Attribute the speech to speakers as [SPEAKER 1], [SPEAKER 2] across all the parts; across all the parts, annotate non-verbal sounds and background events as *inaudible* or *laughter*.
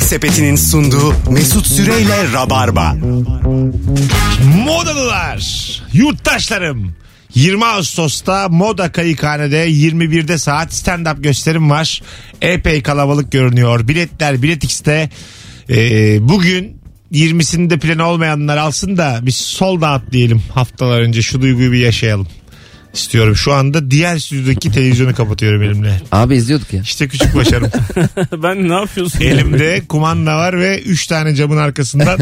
[SPEAKER 1] Sepeti'nin sunduğu Mesut Süreyle Rabarba.
[SPEAKER 2] Modalılar, yurttaşlarım. 20 Ağustos'ta Moda Kayıkhane'de 21'de saat stand-up gösterim var. Epey kalabalık görünüyor. Biletler Bilet X'te. Ee, bugün 20'sinde plan olmayanlar alsın da bir sol dağıt diyelim haftalar önce şu duyguyu bir yaşayalım istiyorum. Şu anda diğer stüdyodaki televizyonu kapatıyorum elimle.
[SPEAKER 3] Abi izliyorduk ya.
[SPEAKER 2] İşte küçük başarım.
[SPEAKER 4] ben ne yapıyorsun?
[SPEAKER 2] Elimde kumanda var ve 3 tane camın arkasından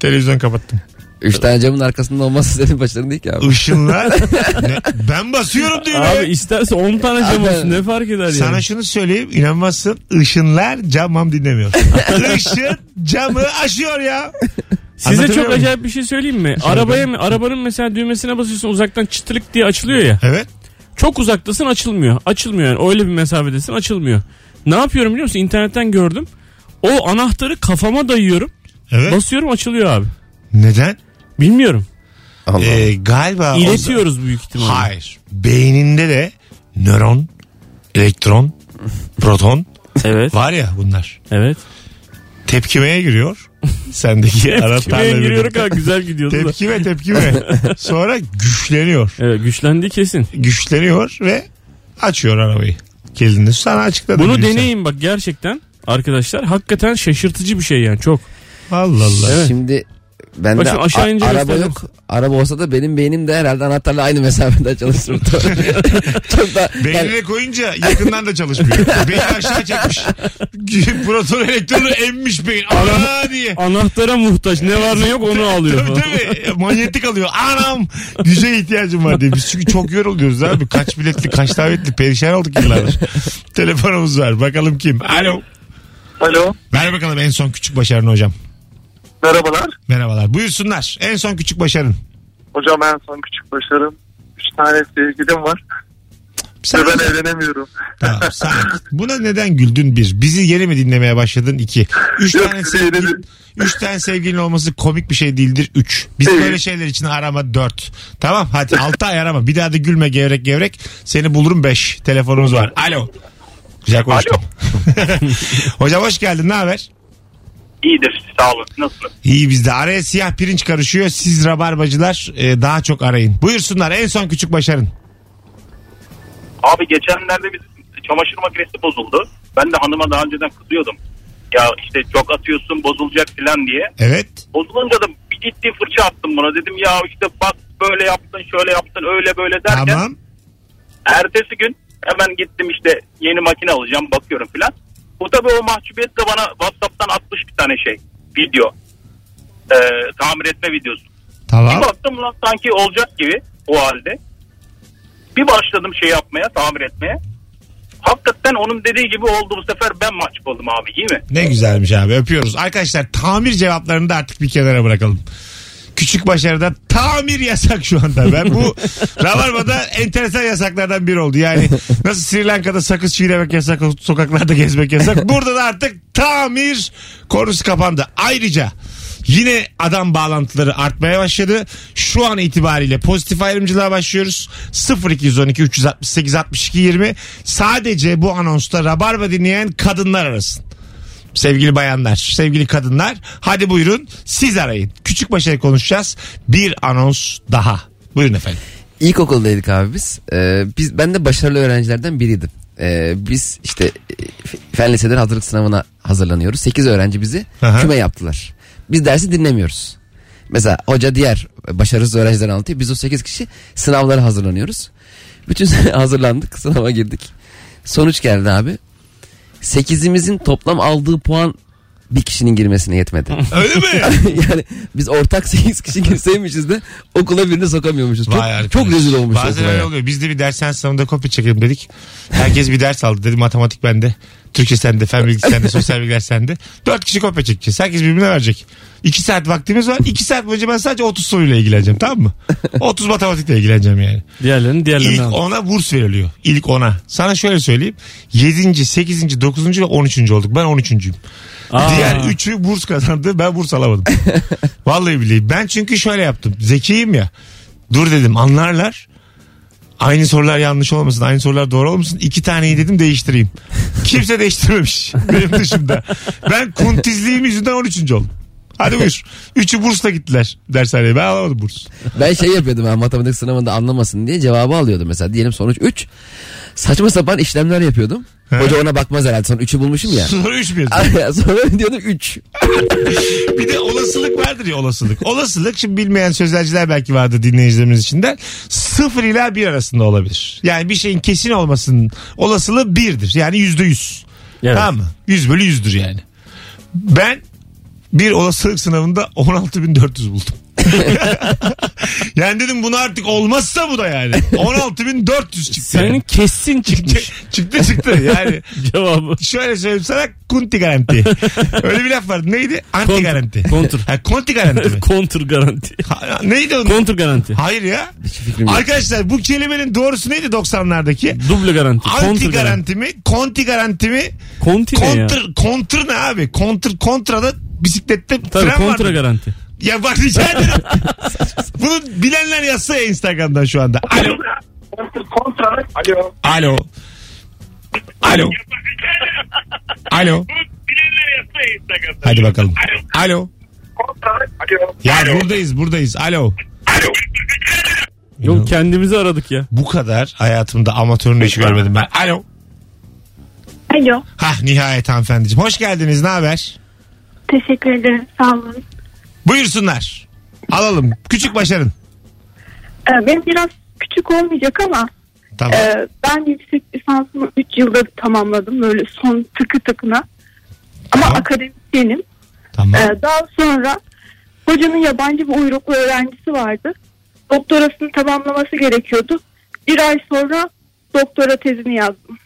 [SPEAKER 2] televizyon kapattım.
[SPEAKER 3] Üç tane camın arkasında olması senin başların değil ki abi.
[SPEAKER 2] Işınlar. *laughs* Ne- ben basıyorum düğmeye.
[SPEAKER 4] *laughs* Abi isterse 10 tane cam
[SPEAKER 3] Abi-
[SPEAKER 4] olsun ne fark eder yani.
[SPEAKER 2] Sana şunu söyleyeyim inanmazsın. Işınlar camam dinlemiyor.
[SPEAKER 4] *laughs*
[SPEAKER 2] Işın camı aşıyor ya.
[SPEAKER 4] Size
[SPEAKER 2] Anlatabiliyor
[SPEAKER 4] çok
[SPEAKER 2] muyum?
[SPEAKER 4] acayip bir şey söyleyeyim mi? Arabaya mı- arabanın mesela düğmesine basıyorsun uzaktan çıtırık diye açılıyor ya.
[SPEAKER 2] Evet.
[SPEAKER 4] Çok uzaktasın açılmıyor. Açılmıyor yani öyle bir mesafedesin açılmıyor. Ne yapıyorum biliyor musun? İnternetten gördüm. O anahtarı kafama dayıyorum.
[SPEAKER 2] Evet.
[SPEAKER 4] Basıyorum açılıyor abi.
[SPEAKER 2] Neden?
[SPEAKER 4] Bilmiyorum.
[SPEAKER 3] Allah.
[SPEAKER 2] Ee, galiba
[SPEAKER 4] İletiyoruz büyük ihtimalle.
[SPEAKER 2] Hayır. Beyninde de nöron, elektron, proton
[SPEAKER 4] Evet.
[SPEAKER 2] var ya bunlar.
[SPEAKER 4] Evet.
[SPEAKER 2] Tepkimeye giriyor. Sendeki anahtarla
[SPEAKER 4] Tepkimeye giriyor
[SPEAKER 2] birlikte.
[SPEAKER 4] kadar güzel gidiyordu da.
[SPEAKER 2] Tepkime tepkime.
[SPEAKER 4] *laughs*
[SPEAKER 2] Sonra güçleniyor.
[SPEAKER 4] Evet güçlendi kesin.
[SPEAKER 2] Güçleniyor ve açıyor arabayı. Kilidini sana açıkladım.
[SPEAKER 4] Bunu
[SPEAKER 2] Gülsen.
[SPEAKER 4] deneyin bak gerçekten arkadaşlar. Hakikaten şaşırtıcı bir şey yani çok.
[SPEAKER 2] Allah Allah.
[SPEAKER 4] Evet.
[SPEAKER 3] Şimdi ben
[SPEAKER 4] Bak
[SPEAKER 3] de
[SPEAKER 4] şimdi aşağı
[SPEAKER 3] a-
[SPEAKER 4] ince
[SPEAKER 3] araba
[SPEAKER 4] gösterdim.
[SPEAKER 3] yok. Araba olsa da benim beynim de herhalde anahtarla aynı mesafede çalışır.
[SPEAKER 4] *laughs*
[SPEAKER 3] Çok da yani
[SPEAKER 2] Beynine koyunca yakından da
[SPEAKER 4] *laughs*
[SPEAKER 2] çalışmıyor. Beyni aşağı çekmiş. *laughs* Proton elektronu emmiş beyin. Ana diye.
[SPEAKER 4] Anahtara muhtaç ne var ne yok onu alıyor.
[SPEAKER 2] Tabii
[SPEAKER 4] falan.
[SPEAKER 2] tabii.
[SPEAKER 4] *laughs*
[SPEAKER 2] Manyetik alıyor. Anam güce ihtiyacım var diye. Biz çünkü çok yoruluyoruz abi. Kaç biletli kaç davetli perişan olduk
[SPEAKER 4] *laughs*
[SPEAKER 2] yıllardır. Telefonumuz var. Bakalım kim? Alo.
[SPEAKER 5] Alo.
[SPEAKER 2] Ver bakalım en son küçük başarın hocam.
[SPEAKER 5] Merhabalar.
[SPEAKER 2] Merhabalar. Buyursunlar. En son küçük başarın.
[SPEAKER 5] Hocam en son küçük başarım. Üç tane sevgilim var. Ve
[SPEAKER 2] *laughs* Sen-
[SPEAKER 5] ben evlenemiyorum.
[SPEAKER 2] Tamam, sakin. Buna neden güldün bir? Bizi yeni mi dinlemeye başladın iki? Üç
[SPEAKER 5] Yok,
[SPEAKER 2] tane
[SPEAKER 5] sizi yeni
[SPEAKER 2] sevgilin,
[SPEAKER 5] din-
[SPEAKER 2] üç tane sevgilin olması komik bir şey değildir. Üç. Biz
[SPEAKER 5] Değil.
[SPEAKER 2] böyle şeyler için arama dört. Tamam hadi altı ay arama. Bir daha da gülme gevrek gevrek. Seni bulurum beş. Telefonumuz var. Alo. Güzel konuştun. *laughs* Hocam hoş geldin. Ne haber?
[SPEAKER 6] İyidir sağ olun. Nasıl?
[SPEAKER 2] İyi bizde. Araya siyah pirinç karışıyor. Siz rabarbacılar e, daha çok arayın. Buyursunlar en son küçük başarın.
[SPEAKER 6] Abi geçenlerde biz çamaşır makinesi bozuldu. Ben de hanıma daha önceden kızıyordum. Ya işte çok atıyorsun bozulacak filan diye.
[SPEAKER 2] Evet.
[SPEAKER 6] Bozulunca da bir ciddi fırça attım buna. Dedim ya işte bak böyle yaptın şöyle yaptın öyle böyle derken.
[SPEAKER 2] Tamam.
[SPEAKER 6] Ertesi gün hemen gittim işte yeni makine alacağım bakıyorum filan. Bu tabii o mahcubiyet de bana Whatsapp'tan atmış bir tane şey video. Ee, tamir etme videosu. Bir
[SPEAKER 2] Tamam.
[SPEAKER 6] baktım lan sanki olacak gibi o halde. Bir başladım şey yapmaya, tamir etmeye. Hakikaten onun dediği gibi oldu bu sefer ben maç oldum abi iyi mi?
[SPEAKER 2] Ne güzelmiş abi öpüyoruz. Arkadaşlar tamir cevaplarını da artık bir kenara bırakalım. Küçük başarıda tamir yasak şu anda. Ben bu Rabarba'da enteresan yasaklardan biri oldu. Yani nasıl Sri Lanka'da sakız çiğnemek yasak, sokaklarda gezmek yasak. Burada da artık tamir konusu kapandı. Ayrıca Yine adam bağlantıları artmaya başladı. Şu an itibariyle pozitif ayrımcılığa başlıyoruz. 0212 368 62 20 sadece bu anonsta Rabarba dinleyen kadınlar arasın. Sevgili bayanlar, sevgili kadınlar hadi buyurun siz arayın. Küçük başarı konuşacağız. Bir anons daha. Buyurun efendim.
[SPEAKER 3] ilkokuldaydık abi biz. Ee, biz ben de başarılı öğrencilerden biriydim. Ee, biz işte e, f- fen liseden hazırlık sınavına hazırlanıyoruz. 8 öğrenci bizi
[SPEAKER 2] Aha.
[SPEAKER 3] küme yaptılar. Biz dersi dinlemiyoruz. Mesela hoca diğer başarısız öğrencileri anlatıyor. Biz o 8 kişi sınavlara hazırlanıyoruz. Bütün *laughs* sene hazırlandık, sınava girdik. Sonuç geldi abi. 8'imizin toplam aldığı puan bir kişinin girmesine yetmedi.
[SPEAKER 2] Öyle mi?
[SPEAKER 3] yani biz ortak 8 kişi girseymişiz de okula birini sokamıyormuşuz. *laughs* Çok,
[SPEAKER 2] Vay arkadaş.
[SPEAKER 3] çok rezil olmuş
[SPEAKER 2] Bazen
[SPEAKER 3] okula
[SPEAKER 2] öyle
[SPEAKER 3] ya.
[SPEAKER 2] oluyor. Biz de bir dershane sınavında kopya çekelim dedik. Herkes bir ders aldı dedi. Matematik bende. Türkçe sende, fen bilgisi sende, sosyal bilgiler sende. Dört kişi kopya çekeceğiz. Herkes birbirine verecek. İki saat vaktimiz var. İki saat boyunca ben sadece 30 soruyla ilgileneceğim tamam
[SPEAKER 3] *laughs*
[SPEAKER 2] mı? 30 matematikle ilgileneceğim yani.
[SPEAKER 4] Diğerlerini diğerlerini
[SPEAKER 2] İlk
[SPEAKER 4] al.
[SPEAKER 2] ona burs veriliyor. İlk ona. Sana şöyle söyleyeyim. 7. 8. 9. ve 13. olduk. Ben 13.'üyüm.
[SPEAKER 4] Aa.
[SPEAKER 2] Diğer 3'ü burs kazandı. Ben burs alamadım. Vallahi billahi. Ben çünkü şöyle yaptım. Zekiyim ya. Dur dedim anlarlar. Aynı sorular yanlış olmasın. Aynı sorular doğru olmasın. İki taneyi dedim değiştireyim. Kimse değiştirmemiş *laughs* benim dışımda. Ben kuntizliğim yüzünden 13. oldum. Hadi buyur. Üçü bursla gittiler dershaneye. Ben alamadım burs.
[SPEAKER 3] Ben şey yapıyordum ben matematik sınavında anlamasın diye cevabı alıyordum mesela. Diyelim sonuç 3. Saçma sapan işlemler yapıyordum. Hoca ona bakmaz herhalde son 3'ü
[SPEAKER 2] *laughs*
[SPEAKER 3] bulmuşum ya. *laughs*
[SPEAKER 2] Sonra üç mü yazıyor?
[SPEAKER 3] Sonra diyordum 3.
[SPEAKER 2] Bir de olasılık vardır ya olasılık. Olasılık şimdi bilmeyen sözelciler belki vardır dinleyicilerimiz içinden. Sıfır ila bir arasında olabilir. Yani bir şeyin kesin olmasının olasılığı birdir. Yani yüzde yüz.
[SPEAKER 4] Evet.
[SPEAKER 2] Tamam mı? Yüz bölü yüzdür yani. Ben bir olasılık sınavında 16.400 *laughs* buldum. yani dedim bunu artık olmazsa bu da yani. 16.400 çıktı.
[SPEAKER 4] Senin
[SPEAKER 2] *laughs* yani. *laughs*
[SPEAKER 4] kesin çıkmış
[SPEAKER 2] çıktı çıktı yani.
[SPEAKER 4] cevabı.
[SPEAKER 2] Şöyle söyleyeyim sana kunti *laughs* garanti. Öyle bir laf vardı. Neydi? Anti
[SPEAKER 4] Kontur-
[SPEAKER 2] garanti.
[SPEAKER 4] kontur.
[SPEAKER 2] Ha, konti garanti
[SPEAKER 4] *laughs*
[SPEAKER 2] mi?
[SPEAKER 4] Kontur garanti.
[SPEAKER 2] Ha- neydi onun?
[SPEAKER 4] Kontur garanti.
[SPEAKER 2] Hayır ya.
[SPEAKER 3] fikrim yok.
[SPEAKER 2] Arkadaşlar bu kelimenin doğrusu neydi 90'lardaki?
[SPEAKER 4] Duble garanti.
[SPEAKER 2] Anti
[SPEAKER 4] Kontur garanti.
[SPEAKER 2] garanti mi? Konti garanti mi?
[SPEAKER 4] Konti ne ya?
[SPEAKER 2] Kontr, kontr ne abi? Kontr, kontrada bisiklette
[SPEAKER 4] Tabii
[SPEAKER 2] tren
[SPEAKER 4] kontra
[SPEAKER 2] vardı.
[SPEAKER 4] garanti.
[SPEAKER 2] Ya bak
[SPEAKER 4] *laughs*
[SPEAKER 2] rica ederim. Bunu bilenler yazsa ya Instagram'dan şu anda. Alo.
[SPEAKER 5] Kontra. Alo.
[SPEAKER 2] Alo. Alo. Alo. Hadi bakalım. Alo.
[SPEAKER 5] Alo.
[SPEAKER 2] Ya buradayız buradayız. Alo.
[SPEAKER 4] Yok kendimizi aradık ya.
[SPEAKER 2] Bu kadar hayatımda amatörün de işi görmedim ben. Alo.
[SPEAKER 7] Alo.
[SPEAKER 2] Hah nihayet hanımefendiciğim. Hoş geldiniz. Ne haber?
[SPEAKER 7] Teşekkür ederim. Sağ olun.
[SPEAKER 2] Buyursunlar. Alalım. Küçük başarın.
[SPEAKER 7] Ee, ben biraz küçük olmayacak ama
[SPEAKER 2] Tamam.
[SPEAKER 7] e, ben yüksek lisansımı 3 yılda tamamladım. Böyle son tıkı tıkına. Ama
[SPEAKER 2] Tamam.
[SPEAKER 7] akademisyenim.
[SPEAKER 2] tamam.
[SPEAKER 7] Ee, daha sonra hocanın yabancı bir uyruklu öğrencisi vardı. Doktorasını tamamlaması gerekiyordu. Bir ay sonra doktora tezini yazdım.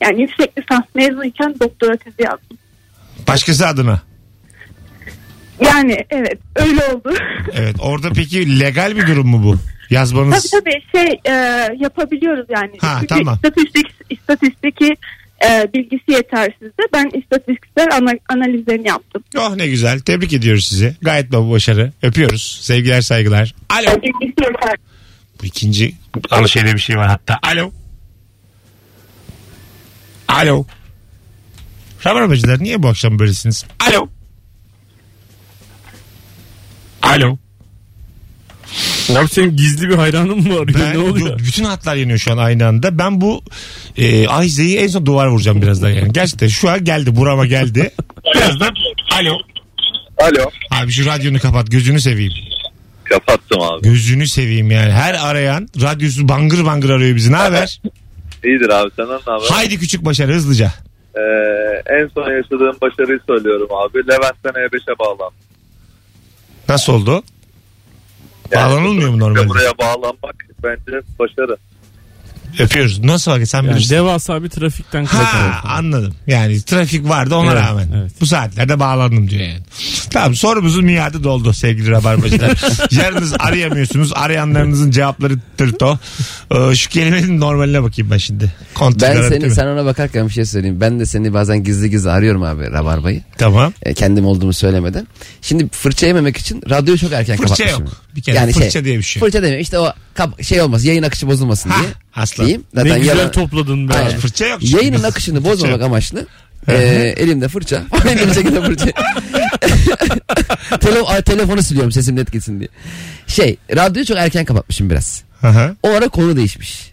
[SPEAKER 7] Yani yüksek lisans mezunuyken doktora tezi yazdım.
[SPEAKER 2] Başkası adına.
[SPEAKER 7] Yani evet öyle oldu. *laughs*
[SPEAKER 2] Evet. Orada peki legal bir durum mu bu?
[SPEAKER 7] Tabii
[SPEAKER 2] Yazmanız.
[SPEAKER 7] tabii şey e, yapabiliyoruz yani.
[SPEAKER 2] Ha,
[SPEAKER 7] Çünkü
[SPEAKER 2] tamam.
[SPEAKER 7] istatistik, istatistiki e, bilgisi yetersizdi. Ben istatistikler ana, analizlerini yaptım.
[SPEAKER 2] Oh ne güzel. Tebrik ediyoruz sizi. Gayet baba başarı. Öpüyoruz. Sevgiler saygılar. Alo. Bu ikinci al şeyde bir şey var hatta. Alo. Alo. Rabarbacılar niye bu akşam böylesiniz? Alo. Alo.
[SPEAKER 4] Abi senin gizli bir hayranın mı arıyor?
[SPEAKER 2] Ben,
[SPEAKER 4] ne oluyor?
[SPEAKER 2] bu- bütün hatlar yanıyor şu an aynı anda. Ben bu e, Ahize'yi en son duvar vuracağım birazdan yani. Gerçekten şu an geldi burama
[SPEAKER 4] *laughs*
[SPEAKER 2] geldi. birazdan alo.
[SPEAKER 5] Alo.
[SPEAKER 2] Abi şu radyonu kapat gözünü seveyim.
[SPEAKER 5] Kapattım abi.
[SPEAKER 2] Gözünü seveyim yani. Her arayan radyosu bangır bangır arıyor bizi. Ne haber?
[SPEAKER 5] İyidir abi senden ne haber?
[SPEAKER 2] Haydi küçük başarı hızlıca.
[SPEAKER 5] Ee, en son yaşadığım başarıyı söylüyorum abi. Levent'ten E5'e bağlandım.
[SPEAKER 2] Nasıl oldu?
[SPEAKER 5] Yani
[SPEAKER 2] Bağlanılmıyor mu normalde?
[SPEAKER 5] Buraya bağlanmak bence başarı.
[SPEAKER 2] Öpüyoruz. Nasıl var ki sen
[SPEAKER 4] Yani
[SPEAKER 2] bilirsin.
[SPEAKER 4] devasa bir trafikten
[SPEAKER 2] Ha
[SPEAKER 4] kaçarak.
[SPEAKER 2] anladım. Yani trafik vardı ona
[SPEAKER 4] Evet,
[SPEAKER 2] rağmen.
[SPEAKER 4] evet.
[SPEAKER 2] Bu saatlerde bağlandım diyor yani. Tamam sorumuzun miadı doldu sevgili
[SPEAKER 4] *laughs*
[SPEAKER 2] rabarbacılar. Yarınız arayamıyorsunuz. Arayanlarınızın cevapları tırto. Ee, şu kelimenin normaline bakayım ben şimdi. Kontrol
[SPEAKER 3] Ben
[SPEAKER 2] garanti
[SPEAKER 3] seni
[SPEAKER 2] mi?
[SPEAKER 3] sen ona bakarken bir şey söyleyeyim. Ben de seni bazen gizli gizli arıyorum abi Rabarba'yı.
[SPEAKER 2] Tamam.
[SPEAKER 3] E, kendim olduğumu söylemeden. Şimdi fırça yememek için radyoyu çok erken
[SPEAKER 2] Fırça
[SPEAKER 3] kapatmışım.
[SPEAKER 2] yok. Bir kere fırça diye bir şey.
[SPEAKER 3] Fırça demiyor. İşte o kap- şey olmaz. Yayın akışı bozulmasın
[SPEAKER 2] Ha,
[SPEAKER 3] diye.
[SPEAKER 2] Ah, aslan.
[SPEAKER 3] Diyeyim.
[SPEAKER 4] Ne
[SPEAKER 3] Zaten
[SPEAKER 4] güzel
[SPEAKER 3] yalan-
[SPEAKER 4] topladın be.
[SPEAKER 3] Aynen.
[SPEAKER 2] Fırça yok. çünkü.
[SPEAKER 3] Yayının akışını
[SPEAKER 2] Fırça
[SPEAKER 3] bozmamak
[SPEAKER 2] yok.
[SPEAKER 3] amaçlı e, elimde fırça. *laughs* elimde şekilde fırça. *laughs* Tele- a, telefonu siliyorum sesim net gitsin diye. Şey radyoyu çok erken kapatmışım biraz.
[SPEAKER 2] Hı hı.
[SPEAKER 3] O ara konu değişmiş.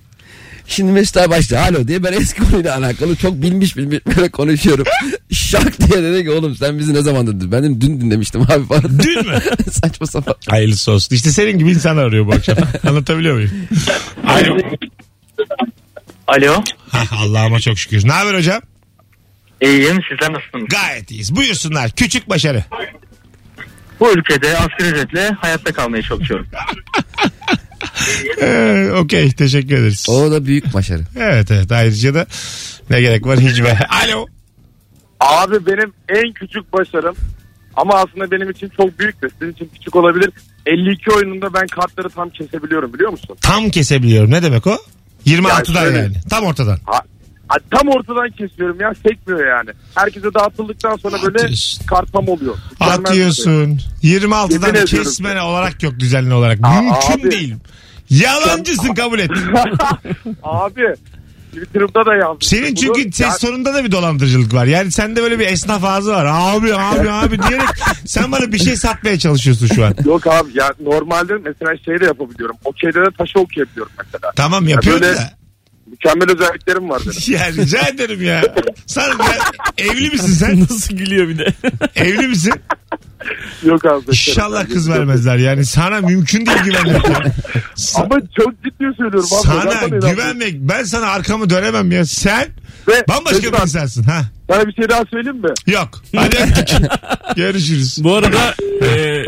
[SPEAKER 3] Şimdi Mesut abi başladı alo diye ben eski konuyla alakalı çok bilmiş bilmiş böyle konuşuyorum. *laughs* Şak diye dedi ki oğlum sen bizi ne zaman dinledin? Ben dedim dün dinlemiştim abi falan.
[SPEAKER 2] Dün mü?
[SPEAKER 3] *laughs* Saçma sapan.
[SPEAKER 2] Hayırlısı olsun. İşte senin gibi insan arıyor bu
[SPEAKER 3] *laughs*
[SPEAKER 2] akşam. Anlatabiliyor muyum? Alo.
[SPEAKER 6] Alo.
[SPEAKER 2] Ah, Allah'ıma çok şükür. Ne haber hocam?
[SPEAKER 6] İyiyim sizler nasılsınız?
[SPEAKER 2] Gayet iyiyiz. Buyursunlar. Küçük başarı.
[SPEAKER 6] Bu ülkede asgari ücretle hayatta kalmaya çalışıyorum.
[SPEAKER 2] Ee, Okey. Teşekkür ederiz.
[SPEAKER 3] O da büyük başarı.
[SPEAKER 2] Evet evet. Ayrıca da ne gerek var
[SPEAKER 5] *laughs*
[SPEAKER 2] hicve. Alo.
[SPEAKER 5] Abi benim en küçük başarım ama aslında benim için çok büyük de sizin için küçük olabilir. 52 oyununda ben kartları tam kesebiliyorum biliyor musun?
[SPEAKER 2] Tam kesebiliyorum. Ne demek o? 26'dan
[SPEAKER 5] Ya
[SPEAKER 2] yani.
[SPEAKER 5] şöyle.
[SPEAKER 2] Tam ortadan.
[SPEAKER 5] Ha, ha, tam ortadan kesiyorum ya sekmiyor yani. Herkese dağıtıldıktan sonra böyle
[SPEAKER 2] Atıyorsun.
[SPEAKER 5] kart tam oluyor. Mükemmel bir şey.
[SPEAKER 2] Atıyorsun.
[SPEAKER 5] Yemin
[SPEAKER 2] 26'dan
[SPEAKER 5] ediyorum.
[SPEAKER 2] kesmen olarak yok düzenli olarak.
[SPEAKER 5] Aa,
[SPEAKER 2] Mümkün
[SPEAKER 5] abi.
[SPEAKER 2] değil. Yalancısın kabul
[SPEAKER 5] *laughs*
[SPEAKER 2] et.
[SPEAKER 5] Abi Twitter'ımda da yazdım.
[SPEAKER 2] Senin
[SPEAKER 5] Bunu-
[SPEAKER 2] çünkü ses
[SPEAKER 5] Ya-
[SPEAKER 2] sonunda da bir dolandırıcılık var. Yani sende böyle bir esnaf ağzı var. Abi abi abi diyerek sen bana bir şey satmaya çalışıyorsun şu an.
[SPEAKER 5] Yok abi ya normalde mesela şey de yapabiliyorum. Okeyde de taşı okuyabiliyorum mesela.
[SPEAKER 2] Tamam yapıyorum
[SPEAKER 5] böyle-
[SPEAKER 2] da. *laughs*
[SPEAKER 5] Mükemmel özelliklerim var benim.
[SPEAKER 2] Ya rica ederim ya. Sana ben, evli misin
[SPEAKER 5] *laughs*
[SPEAKER 2] sen?
[SPEAKER 4] *laughs* Nasıl gülüyor bir de.
[SPEAKER 2] Evli misin?
[SPEAKER 5] Yok abi.
[SPEAKER 2] İnşallah kız vermezler. Yani sana mümkün değil güvenmek.
[SPEAKER 5] *laughs*
[SPEAKER 2] ya. Sa-
[SPEAKER 5] Ama çok ciddi söylüyorum abi.
[SPEAKER 2] sana
[SPEAKER 5] Zaten inanmıyorum.
[SPEAKER 2] güvenmek. Ben sana arkamı dönemem ya. Sen
[SPEAKER 5] Ve
[SPEAKER 2] bambaşka bir
[SPEAKER 5] Özkan,
[SPEAKER 2] insansın. Ha.
[SPEAKER 5] Sana bir şey daha söyleyeyim mi?
[SPEAKER 2] Yok. Hadi
[SPEAKER 5] *laughs*
[SPEAKER 2] öptük. Görüşürüz.
[SPEAKER 4] Bu arada e,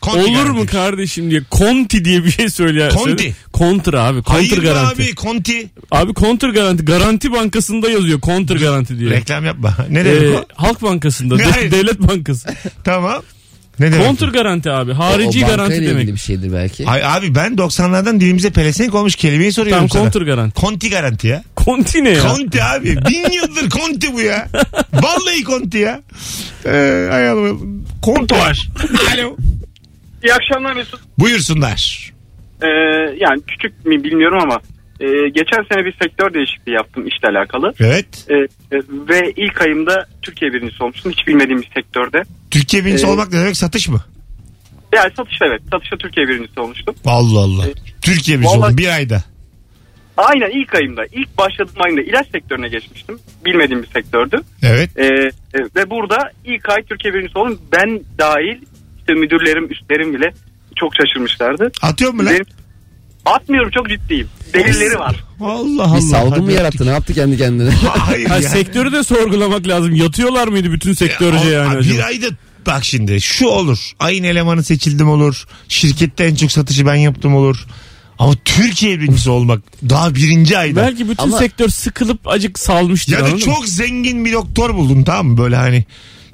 [SPEAKER 2] Konti
[SPEAKER 4] olur mu
[SPEAKER 2] garanti.
[SPEAKER 4] kardeşim diye Conti diye bir şey söyler.
[SPEAKER 2] Conti.
[SPEAKER 4] söyle. Kontra abi.
[SPEAKER 2] Hayır
[SPEAKER 4] Kontr
[SPEAKER 2] be
[SPEAKER 4] garanti. Abi,
[SPEAKER 2] abi konti.
[SPEAKER 4] kontr garanti. Garanti bankasında yazıyor kontr garanti diye.
[SPEAKER 2] Reklam yapma. Ne demek
[SPEAKER 4] E,
[SPEAKER 2] o?
[SPEAKER 4] Halk Bankası'nda,
[SPEAKER 2] Ne?
[SPEAKER 4] de- Devlet Bankası.
[SPEAKER 2] *laughs* Tamam. Ne demek?
[SPEAKER 4] Kontr garanti abi. Harici
[SPEAKER 3] O bankayla
[SPEAKER 4] garanti
[SPEAKER 3] ilgili
[SPEAKER 4] demek.
[SPEAKER 3] bir şey şeydir belki.
[SPEAKER 2] Ay, abi ben 90'lardan dilimize pelesenk olmuş kelimeyi soruyorum
[SPEAKER 4] Tam
[SPEAKER 2] sana.
[SPEAKER 4] kontr garanti.
[SPEAKER 2] Konti garanti ya.
[SPEAKER 4] Konti ne ya?
[SPEAKER 2] Konti abi. Bin yıldır konti bu ya. Vallahi konti ya. Ee, ay Allah'ım. Konto var. Alo.
[SPEAKER 6] *laughs* İyi akşamlar Mesut.
[SPEAKER 2] Buyursunlar.
[SPEAKER 6] Ee, yani küçük mi bilmiyorum ama e, geçen sene bir sektör değişikliği yaptım işle alakalı.
[SPEAKER 2] Evet.
[SPEAKER 6] Ee, e, ve ilk ayımda Türkiye birincisi olmuştum hiç bilmediğim bir sektörde.
[SPEAKER 2] Türkiye birincisi
[SPEAKER 6] Ee,
[SPEAKER 2] olmak ne demek? Satış mı?
[SPEAKER 6] Yani satışta evet satışta Türkiye birincisi olmuştum.
[SPEAKER 2] Allah Allah.
[SPEAKER 6] e,
[SPEAKER 2] Türkiye birincisi
[SPEAKER 6] vallahi-
[SPEAKER 2] oldun bir ayda.
[SPEAKER 6] Aynen ilk ayımda ilk başladığım ayımda ilaç sektörüne geçmiştim bilmediğim bir sektördü.
[SPEAKER 2] Evet.
[SPEAKER 6] Ee, e, ve burada ilk ay Türkiye birincisi oldum ben dahil işte müdürlerim üstlerim bile çok şaşırmışlardı.
[SPEAKER 2] Atıyor mu lan?
[SPEAKER 6] Benim- atmıyorum çok ciddiyim delilleri var.
[SPEAKER 2] Allah Allah.
[SPEAKER 3] Bir salgın mı
[SPEAKER 2] Hadi
[SPEAKER 3] yarattı? Ne yaptı kendi kendine?
[SPEAKER 2] *laughs* öptük. Hayır
[SPEAKER 4] Ha,
[SPEAKER 2] ya.
[SPEAKER 4] sektörü de sorgulamak lazım. Yatıyorlar mıydı bütün sektörce
[SPEAKER 2] Ya,
[SPEAKER 4] yani
[SPEAKER 2] bir
[SPEAKER 4] acaba?
[SPEAKER 2] ayda bak şimdi şu olur. Ayın elemanı seçildim olur. Şirkette en çok satışı ben yaptım olur. Ama Türkiye birincisi olmak daha birinci ayda.
[SPEAKER 4] Belki bütün
[SPEAKER 3] Ama-
[SPEAKER 4] sektör sıkılıp acık salmıştır.
[SPEAKER 2] Ya da
[SPEAKER 4] anladın mı?
[SPEAKER 2] çok zengin bir doktor buldun tamam mı? Böyle hani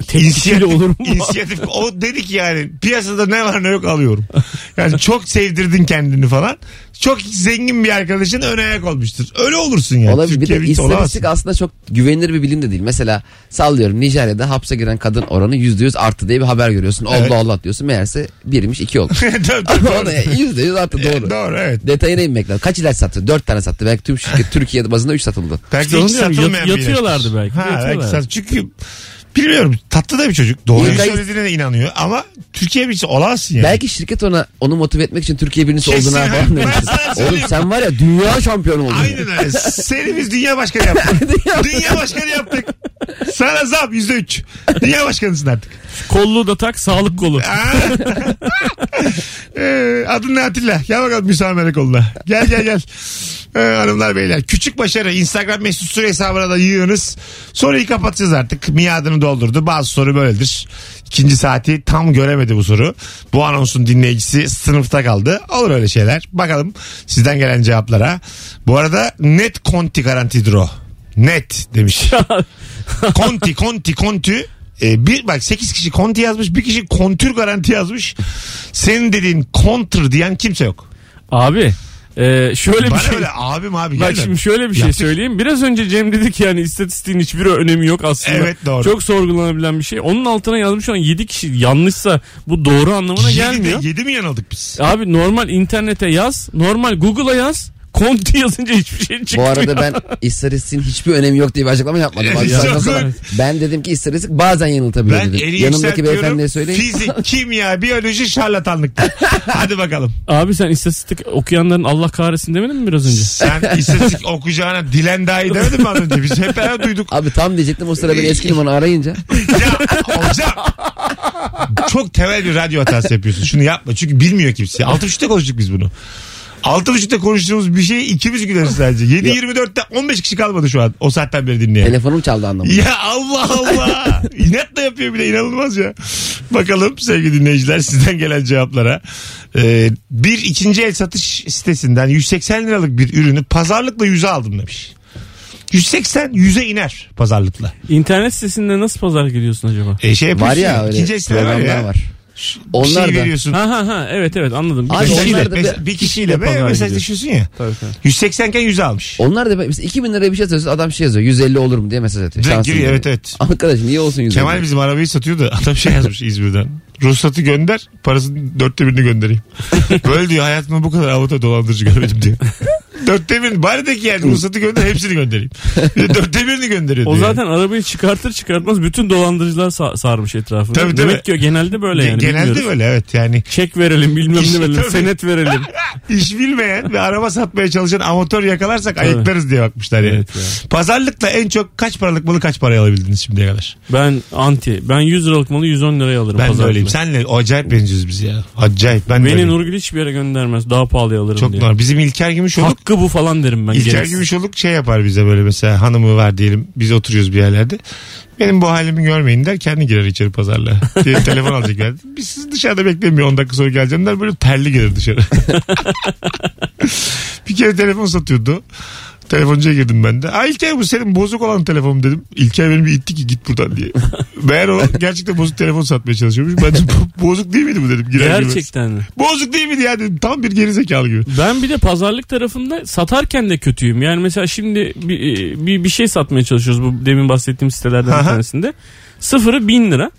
[SPEAKER 4] Tepkisiyle
[SPEAKER 2] inisiyatif- *laughs*
[SPEAKER 4] olur mu?
[SPEAKER 2] inisiyatif- o dedi ki yani piyasada ne var ne yok alıyorum. Yani çok sevdirdin kendini falan. Çok zengin bir arkadaşın ön ayak olmuştur. Öyle olursun yani.
[SPEAKER 3] Olabilir. Bir de
[SPEAKER 2] birincisi olamazsın.
[SPEAKER 3] istatistik aslında çok güvenilir bir bilim de değil. Mesela sallıyorum Nijerya'da hapse giren kadın oranı %100 arttı diye bir haber görüyorsun. Allah
[SPEAKER 2] Evet.
[SPEAKER 3] Allah diyorsun. Meğerse birmiş
[SPEAKER 2] *laughs*
[SPEAKER 3] iki olmuş. *laughs*
[SPEAKER 2] Tabii, tabii,
[SPEAKER 3] Ama o
[SPEAKER 2] doğru.
[SPEAKER 3] da %100 arttı doğru.
[SPEAKER 2] E, Doğru evet.
[SPEAKER 3] Detayına inmek lazım. Kaç ilaç sattı? Dört tane sattı. Belki
[SPEAKER 2] *laughs*
[SPEAKER 3] tüm şirket Türkiye bazında üç satıldı.
[SPEAKER 2] Belki
[SPEAKER 4] onu
[SPEAKER 2] hiç
[SPEAKER 4] diyorum, yat-
[SPEAKER 2] satılmayan bir
[SPEAKER 4] yatıyorlardı
[SPEAKER 2] ilaçtır.
[SPEAKER 4] belki,
[SPEAKER 2] Ha, belki
[SPEAKER 4] yatıyorlar.
[SPEAKER 2] sat- çünkü bilmiyorum tatlı da bir çocuk. Doğruyu
[SPEAKER 3] Belki-
[SPEAKER 2] söylediğine de inanıyor ama Türkiye birincisi olamazsın yani.
[SPEAKER 3] Belki şirket ona onu motive etmek için Türkiye birincisi
[SPEAKER 2] Kesin
[SPEAKER 3] olduğuna
[SPEAKER 2] ha.
[SPEAKER 3] falan
[SPEAKER 2] Ben
[SPEAKER 3] demiştir.
[SPEAKER 2] sana söyleyeyim.
[SPEAKER 3] Oğlum sen var ya dünya şampiyonu oldun.
[SPEAKER 2] Aynen öyle. Seni biz dünya başkanı
[SPEAKER 3] *laughs*
[SPEAKER 2] yaptık. dünya başkanı yaptık. Sana zam yüzde üç. Dünya başkanısın artık.
[SPEAKER 4] Kolluğu da tak sağlık kolu.
[SPEAKER 2] Aa. Ee, Adın ne Atilla? Gel bakalım müsamere koluna. Gel gel gel. Ee, hanımlar beyler küçük başarı Instagram mesut süre hesabına da yığınız. Soruyu kapatacağız artık. Miadını doldurdu. Bazı soru böyledir. İkinci saati tam göremedi bu soru. Bu anonsun dinleyicisi sınıfta kaldı. Olur öyle şeyler. Bakalım sizden gelen cevaplara. Bu arada net konti garantidir o. Net demiş. Konti, konti, konti. Ee, bir bak 8 kişi konti yazmış, bir kişi kontür garanti yazmış. Senin dediğin kontr diyen kimse yok.
[SPEAKER 4] Abi e, şöyle bir
[SPEAKER 2] Bana
[SPEAKER 4] şey.
[SPEAKER 2] öyle abim abi
[SPEAKER 4] Bak
[SPEAKER 2] gelme.
[SPEAKER 4] şimdi şöyle bir şey
[SPEAKER 2] Yaptık.
[SPEAKER 4] söyleyeyim. Biraz önce Cem dedi ki yani istatistiğin hiçbir önemi yok aslında.
[SPEAKER 2] Evet, doğru.
[SPEAKER 4] Çok sorgulanabilen bir şey. Onun altına yazmış şu an 7 kişi yanlışsa bu doğru anlamına
[SPEAKER 2] Yedi de-
[SPEAKER 4] gelmiyor.
[SPEAKER 2] Yedi mi yanıldık biz?
[SPEAKER 4] Abi normal internete yaz, normal Google'a yaz. Konti *laughs* yazınca hiçbir şey
[SPEAKER 3] Bu
[SPEAKER 4] çıkmıyor.
[SPEAKER 3] arada ben istatistiğin hiçbir önemi yok diye bir
[SPEAKER 2] *laughs*
[SPEAKER 3] açıklama yapmadım. Bak,
[SPEAKER 2] Yok.
[SPEAKER 3] saçma sapan. ben dedim ki istatistik bazen yanıltabiliyor
[SPEAKER 2] Ben
[SPEAKER 3] dedim.
[SPEAKER 2] eli
[SPEAKER 3] Yanımdaki
[SPEAKER 2] yükseltiyorum.
[SPEAKER 3] beyefendiye söyleyin. *laughs*
[SPEAKER 2] Fizik, kimya, biyoloji şarlatanlıktı. Hadi bakalım.
[SPEAKER 4] Abi sen istatistik okuyanların Allah kahretsin demedin mi biraz önce?
[SPEAKER 3] *laughs*
[SPEAKER 2] Sen istatistik okuyacağına dilen dahi demedin mi az önce? Biz hep beraber duyduk.
[SPEAKER 3] Abi tam diyecektim o sıra beni eski numaranı arayınca.
[SPEAKER 2] Ya hocam. Çok temel bir radyo hatası yapıyorsun. Şunu yapma. Çünkü bilmiyor kimse. Altı buçukta konuştuk biz bunu. Altı buçukta konuştuğumuz bir şeyi ikimiz güleriz sadece. 7.24'te 15 kişi kalmadı şu an. O saatten beri dinleyen.
[SPEAKER 3] Telefonum çaldı anlamında.
[SPEAKER 2] Ya Allah Allah. İnatla yapıyor bile inanılmaz ya. Bakalım sevgili dinleyiciler sizden gelen cevaplara. Ee, bir ikinci el satış sitesinden 180 liralık bir ürünü pazarlıkla 100'e aldım demiş. 180 100'e iner pazarlıkla.
[SPEAKER 4] İnternet sitesinde nasıl pazar gidiyorsun acaba?
[SPEAKER 2] E şey
[SPEAKER 3] Var
[SPEAKER 2] yapıyorsun
[SPEAKER 3] ya öyle
[SPEAKER 2] ikinci el siteler var
[SPEAKER 3] programlar
[SPEAKER 2] ya.
[SPEAKER 3] var.
[SPEAKER 2] Bir şey
[SPEAKER 3] Onlar da.
[SPEAKER 2] veriyorsun.
[SPEAKER 4] Ha ha ha evet evet anladım.
[SPEAKER 3] Abi
[SPEAKER 2] Bir
[SPEAKER 3] onlar
[SPEAKER 2] kişiyle,
[SPEAKER 3] da
[SPEAKER 2] mes-
[SPEAKER 3] bir-
[SPEAKER 2] bir kişiyle be,
[SPEAKER 4] pazara
[SPEAKER 2] mesaj
[SPEAKER 4] gidiyorsun.
[SPEAKER 2] düşüyorsun ya.
[SPEAKER 4] Tabii, tabii.
[SPEAKER 2] 180 iken 100 almış.
[SPEAKER 3] Onlar da mesela 2000 liraya bir şey atıyorsun adam şey yazıyor 150 olur mu diye mesaj atıyor.
[SPEAKER 2] Direkt
[SPEAKER 3] Şansın
[SPEAKER 2] giriyor,
[SPEAKER 3] diyor.
[SPEAKER 2] evet, evet.
[SPEAKER 3] Arkadaş niye olsun 150?
[SPEAKER 2] Kemal bizim arabayı satıyordu. Adam şey yazmış İzmir'den. Ruhsatı gönder. Parasının dörtte birini
[SPEAKER 3] *laughs*
[SPEAKER 2] göndereyim. Böyle diyor hayatımda bu kadar avuta dolandırıcı görmedim diyor. dörtte birini bari de ki yani ruhsatı gönder hepsini göndereyim. Bir de dörtte birini gönderiyor
[SPEAKER 4] O
[SPEAKER 2] diyor.
[SPEAKER 4] zaten arabayı çıkartır çıkartmaz bütün dolandırıcılar sa- sarmış etrafını.
[SPEAKER 2] Tabii, tabii.
[SPEAKER 4] Demek ki o genelde böyle
[SPEAKER 2] yani.
[SPEAKER 4] yani.
[SPEAKER 2] Genelde
[SPEAKER 4] bilmiyoruz.
[SPEAKER 2] böyle evet yani.
[SPEAKER 4] Çek verelim bilmem
[SPEAKER 2] İşte
[SPEAKER 4] ne verelim
[SPEAKER 2] tabii.
[SPEAKER 4] senet verelim.
[SPEAKER 2] İş bilmeyen ve araba satmaya çalışan amatör yakalarsak
[SPEAKER 4] Tabii.
[SPEAKER 2] ayıklarız diye bakmışlar yani.
[SPEAKER 4] Evet ya.
[SPEAKER 2] Pazarlıkla en çok kaç paralık malı kaç paraya alabildiniz şimdiye kadar?
[SPEAKER 4] Ben anti. Ben 100 liralık malı 110 liraya alırım.
[SPEAKER 2] Ben de
[SPEAKER 4] pazarlıkla.
[SPEAKER 2] öyleyim. Senle acayip benziyoruz biz ya. Acayip. Ben de
[SPEAKER 4] Beni
[SPEAKER 2] öyleyim.
[SPEAKER 4] Nurgül hiçbir yere göndermez. Daha pahalıya alırım
[SPEAKER 2] Çok
[SPEAKER 4] diye.
[SPEAKER 2] normal. Bizim İlker Gümüşoluk
[SPEAKER 4] Hakkı bu falan derim ben.
[SPEAKER 2] İlker
[SPEAKER 4] gereksiz.
[SPEAKER 2] Gümüşoluk şey yapar bize böyle mesela hanımı var diyelim biz oturuyoruz bir yerlerde. Benim bu halimi görmeyin der kendi girer içeri pazarla. *laughs* Diye telefon alacak yani. Biz sizi dışarıda bekleyin bir 10 dakika sonra geleceğim der böyle terli girer dışarı. *laughs* bir kere telefon satıyordu. Telefoncuya girdim ben de. Aa İlker bu senin bozuk olan telefonum dedim. İlker benim bir itti ki git buradan diye. Meğer o gerçekten bozuk telefon satmaya çalışıyormuş. Ben de "Bu- bozuk değil miydi bu dedim. Girer girmez.
[SPEAKER 4] Gerçekten mi?
[SPEAKER 2] Bozuk değil miydi ya dedim. Tam bir gerizekalı gibi.
[SPEAKER 4] Ben bir de pazarlık tarafında satarken de kötüyüm. Yani mesela şimdi bir, bir, bir şey satmaya çalışıyoruz bu demin bahsettiğim sitelerden
[SPEAKER 2] Aha.
[SPEAKER 4] bir tanesinde. Sıfırı 1000 lira.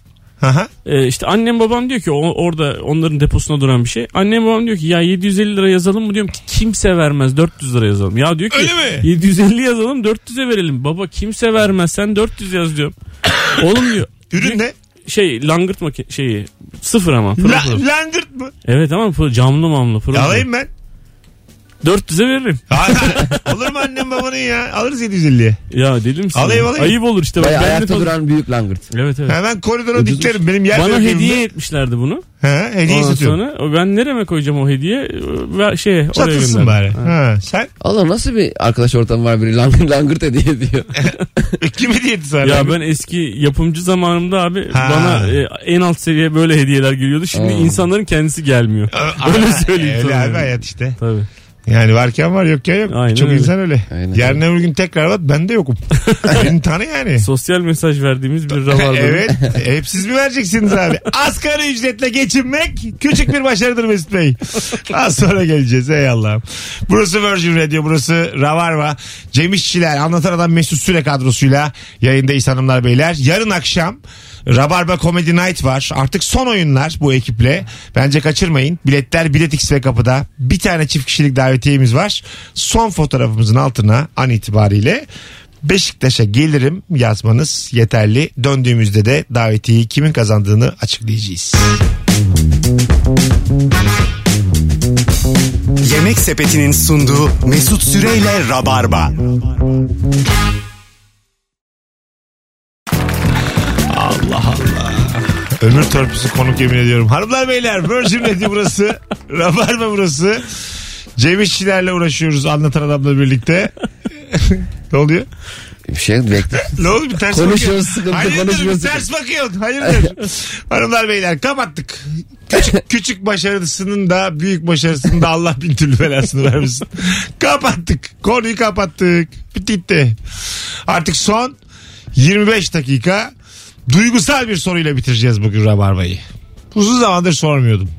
[SPEAKER 2] Aha.
[SPEAKER 4] Ee, işte annem babam diyor ki o- orada onların deposuna duran bir şey. Annem babam diyor ki ya 750 lira yazalım mı diyorum ki kimse vermez 400 lira yazalım. Ya diyor ki
[SPEAKER 2] Öyle
[SPEAKER 4] *laughs*
[SPEAKER 2] mi?
[SPEAKER 4] 750 yazalım 400'e verelim. Baba kimse vermez sen 400 yaz diyorum. *coughs* Oğlum diyor.
[SPEAKER 2] Ürün ne?
[SPEAKER 4] Şey langırt makine şeyi sıfır ama. pırıl
[SPEAKER 2] La,
[SPEAKER 4] pırıl.
[SPEAKER 2] langırt mı?
[SPEAKER 4] Evet ama pırıl, camlı mamlı pırıl.
[SPEAKER 2] Alayım ben.
[SPEAKER 4] 400'e veririm.
[SPEAKER 2] Hayır, hayır. Olur mu annem babanın ya? Alırız 750'ye.
[SPEAKER 4] Ya dedim sana.
[SPEAKER 2] Alayım, alayım.
[SPEAKER 4] Ayıp olur işte. bak,
[SPEAKER 3] Bayağı
[SPEAKER 4] ben de
[SPEAKER 3] ayakta
[SPEAKER 4] pazar-
[SPEAKER 3] duran büyük langırt.
[SPEAKER 4] Evet evet.
[SPEAKER 2] Hemen koridora
[SPEAKER 3] Ucuzmuş.
[SPEAKER 2] diklerim. Benim yer
[SPEAKER 4] şey. Bana
[SPEAKER 2] yok elimde.
[SPEAKER 4] hediye etmişlerdi bunu.
[SPEAKER 2] Ha, hediye
[SPEAKER 4] Ondan
[SPEAKER 2] satıyorum.
[SPEAKER 4] sonra o- ben nereme koyacağım o hediye? Ve şeye, oraya
[SPEAKER 2] Satılsın
[SPEAKER 4] gönderdim.
[SPEAKER 2] bari. Ha. Sen *laughs*
[SPEAKER 3] Allah nasıl bir arkadaş ortamı var biri langırt, langırt hediye diyor.
[SPEAKER 2] e, kim hediye etti sana?
[SPEAKER 4] Ya ben eski yapımcı zamanımda abi
[SPEAKER 2] Ha.
[SPEAKER 4] bana e, en alt seviye böyle hediyeler geliyordu. Şimdi
[SPEAKER 3] Ha.
[SPEAKER 4] insanların kendisi gelmiyor. *laughs*
[SPEAKER 2] Aa,
[SPEAKER 4] öyle söyleyeyim
[SPEAKER 2] Öyle
[SPEAKER 4] sana.
[SPEAKER 2] abi hayat işte.
[SPEAKER 4] Tabii.
[SPEAKER 2] Yani varken var yokken yok.
[SPEAKER 4] Aynen
[SPEAKER 2] Çok
[SPEAKER 4] öyle.
[SPEAKER 2] insan öyle.
[SPEAKER 3] Aynen.
[SPEAKER 2] Yarın öbür gün tekrar bak ben de yokum. Beni tanı yani.
[SPEAKER 4] Sosyal mesaj verdiğimiz
[SPEAKER 2] *laughs*
[SPEAKER 4] bir ravardı.
[SPEAKER 2] evet. Hep siz mi vereceksiniz abi? Asgari ücretle geçinmek küçük bir başarıdır Mesut Bey. Az sonra geleceğiz. Ey Allah'ım. Burası Virgin Radio. Burası Ravarva. Cem İşçiler. Anlatan Adam Mesut Süre kadrosuyla yayındayız hanımlar beyler. Yarın akşam Rabarba Comedy Night var. Artık son oyunlar bu ekiple. Bence kaçırmayın. Biletler Bilet X ve kapıda. Bir tane çift kişilik davetiyemiz var. Son fotoğrafımızın altına an itibariyle Beşiktaş'a gelirim yazmanız yeterli. Döndüğümüzde de davetiyi kimin kazandığını açıklayacağız.
[SPEAKER 1] Yemek Sepeti'nin sunduğu Mesut Süreyle Rabarba.
[SPEAKER 2] Ömür törpüsü konuk yemin ediyorum. Hanımlar beyler Virgin Radio burası. *laughs* Rabarba burası. Cem İşçilerle uğraşıyoruz anlatan adamla birlikte. *laughs* ne oluyor?
[SPEAKER 3] Bir şey bekle.
[SPEAKER 2] Ne oldu bir ters
[SPEAKER 3] Konuşuyoruz,
[SPEAKER 2] bakıyorsun?
[SPEAKER 3] sıkıntı,
[SPEAKER 2] Hayırdır
[SPEAKER 3] konuşuyoruz,
[SPEAKER 2] bir ters bakıyorsun.
[SPEAKER 3] *laughs*
[SPEAKER 2] Hayırdır? Hanımlar beyler kapattık. Küçük, küçük başarısının da büyük başarısının da Allah bin türlü belasını vermesin. kapattık. Konuyu kapattık. Bitti. Artık son 25 dakika duygusal bir soruyla bitireceğiz bugün Rabarba'yı. Uzun zamandır sormuyordum.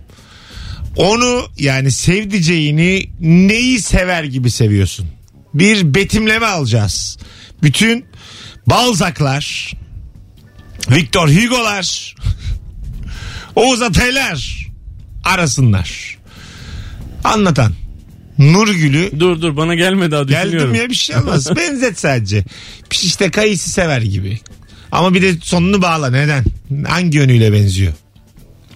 [SPEAKER 2] Onu yani sevdiceğini neyi sever gibi seviyorsun? Bir betimleme alacağız. Bütün Balzac'lar, Victor Hugo'lar, *laughs* Oğuz Ataylar arasınlar. Anlatan Nurgül'ü
[SPEAKER 4] Dur dur bana gelme daha düşünüyorum.
[SPEAKER 2] geldim ya bir şey
[SPEAKER 4] *laughs*
[SPEAKER 2] olmaz. Benzet sadece. Bir şey işte kayısı sever gibi. Ama bir de sonunu bağla neden? Hangi yönüyle benziyor?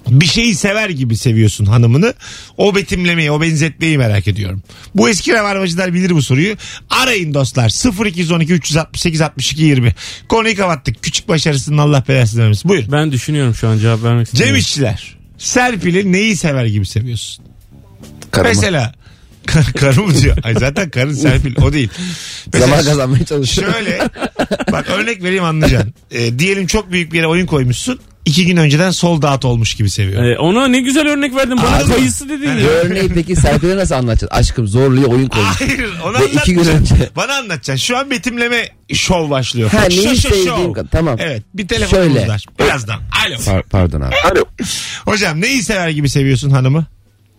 [SPEAKER 2] Bir şeyi sever gibi seviyorsun hanımını. O betimlemeyi, o benzetmeyi merak ediyorum. Bu eski ravarmacılar bilir bu soruyu. Arayın dostlar. 0212 368 62 20. Konuyu kapattık. Küçük başarısının Allah belasını vermesin. Buyurun.
[SPEAKER 4] Ben düşünüyorum şu an cevap vermek
[SPEAKER 2] Cem
[SPEAKER 4] istemiyorum.
[SPEAKER 2] İşçiler. Serpil'i neyi sever gibi seviyorsun?
[SPEAKER 3] Karıma.
[SPEAKER 2] Mesela *laughs* kar, karı mı diyor? Ay zaten karın Serpil o değil. Mesela
[SPEAKER 3] Zaman kazanmaya çalışıyor.
[SPEAKER 2] şöyle bak örnek vereyim anlayacaksın. Ee, diyelim çok büyük bir yere oyun koymuşsun. İki gün önceden sol dağıt olmuş gibi seviyor.
[SPEAKER 4] Ee, ona ne güzel örnek verdin. Bana
[SPEAKER 2] Abi.
[SPEAKER 4] kayısı dedin
[SPEAKER 3] Bu
[SPEAKER 4] ya.
[SPEAKER 3] örneği peki Serpil'e nasıl anlatacağız? Aşkım zorluyor oyun koymuş.
[SPEAKER 2] Hayır onu
[SPEAKER 3] Ve iki gün
[SPEAKER 2] anlatmayacaksın.
[SPEAKER 3] önce.
[SPEAKER 2] Bana anlatacaksın. Şu an betimleme şov başlıyor.
[SPEAKER 3] Ha,
[SPEAKER 2] Şu-
[SPEAKER 3] neyi
[SPEAKER 2] şu- şu.
[SPEAKER 3] sevdiğim- tamam.
[SPEAKER 2] Evet bir telefonumuz
[SPEAKER 3] Şöyle.
[SPEAKER 2] var. Birazdan. Alo.
[SPEAKER 3] Par- pardon abi.
[SPEAKER 5] Alo.
[SPEAKER 2] Hocam neyi sever gibi seviyorsun hanımı?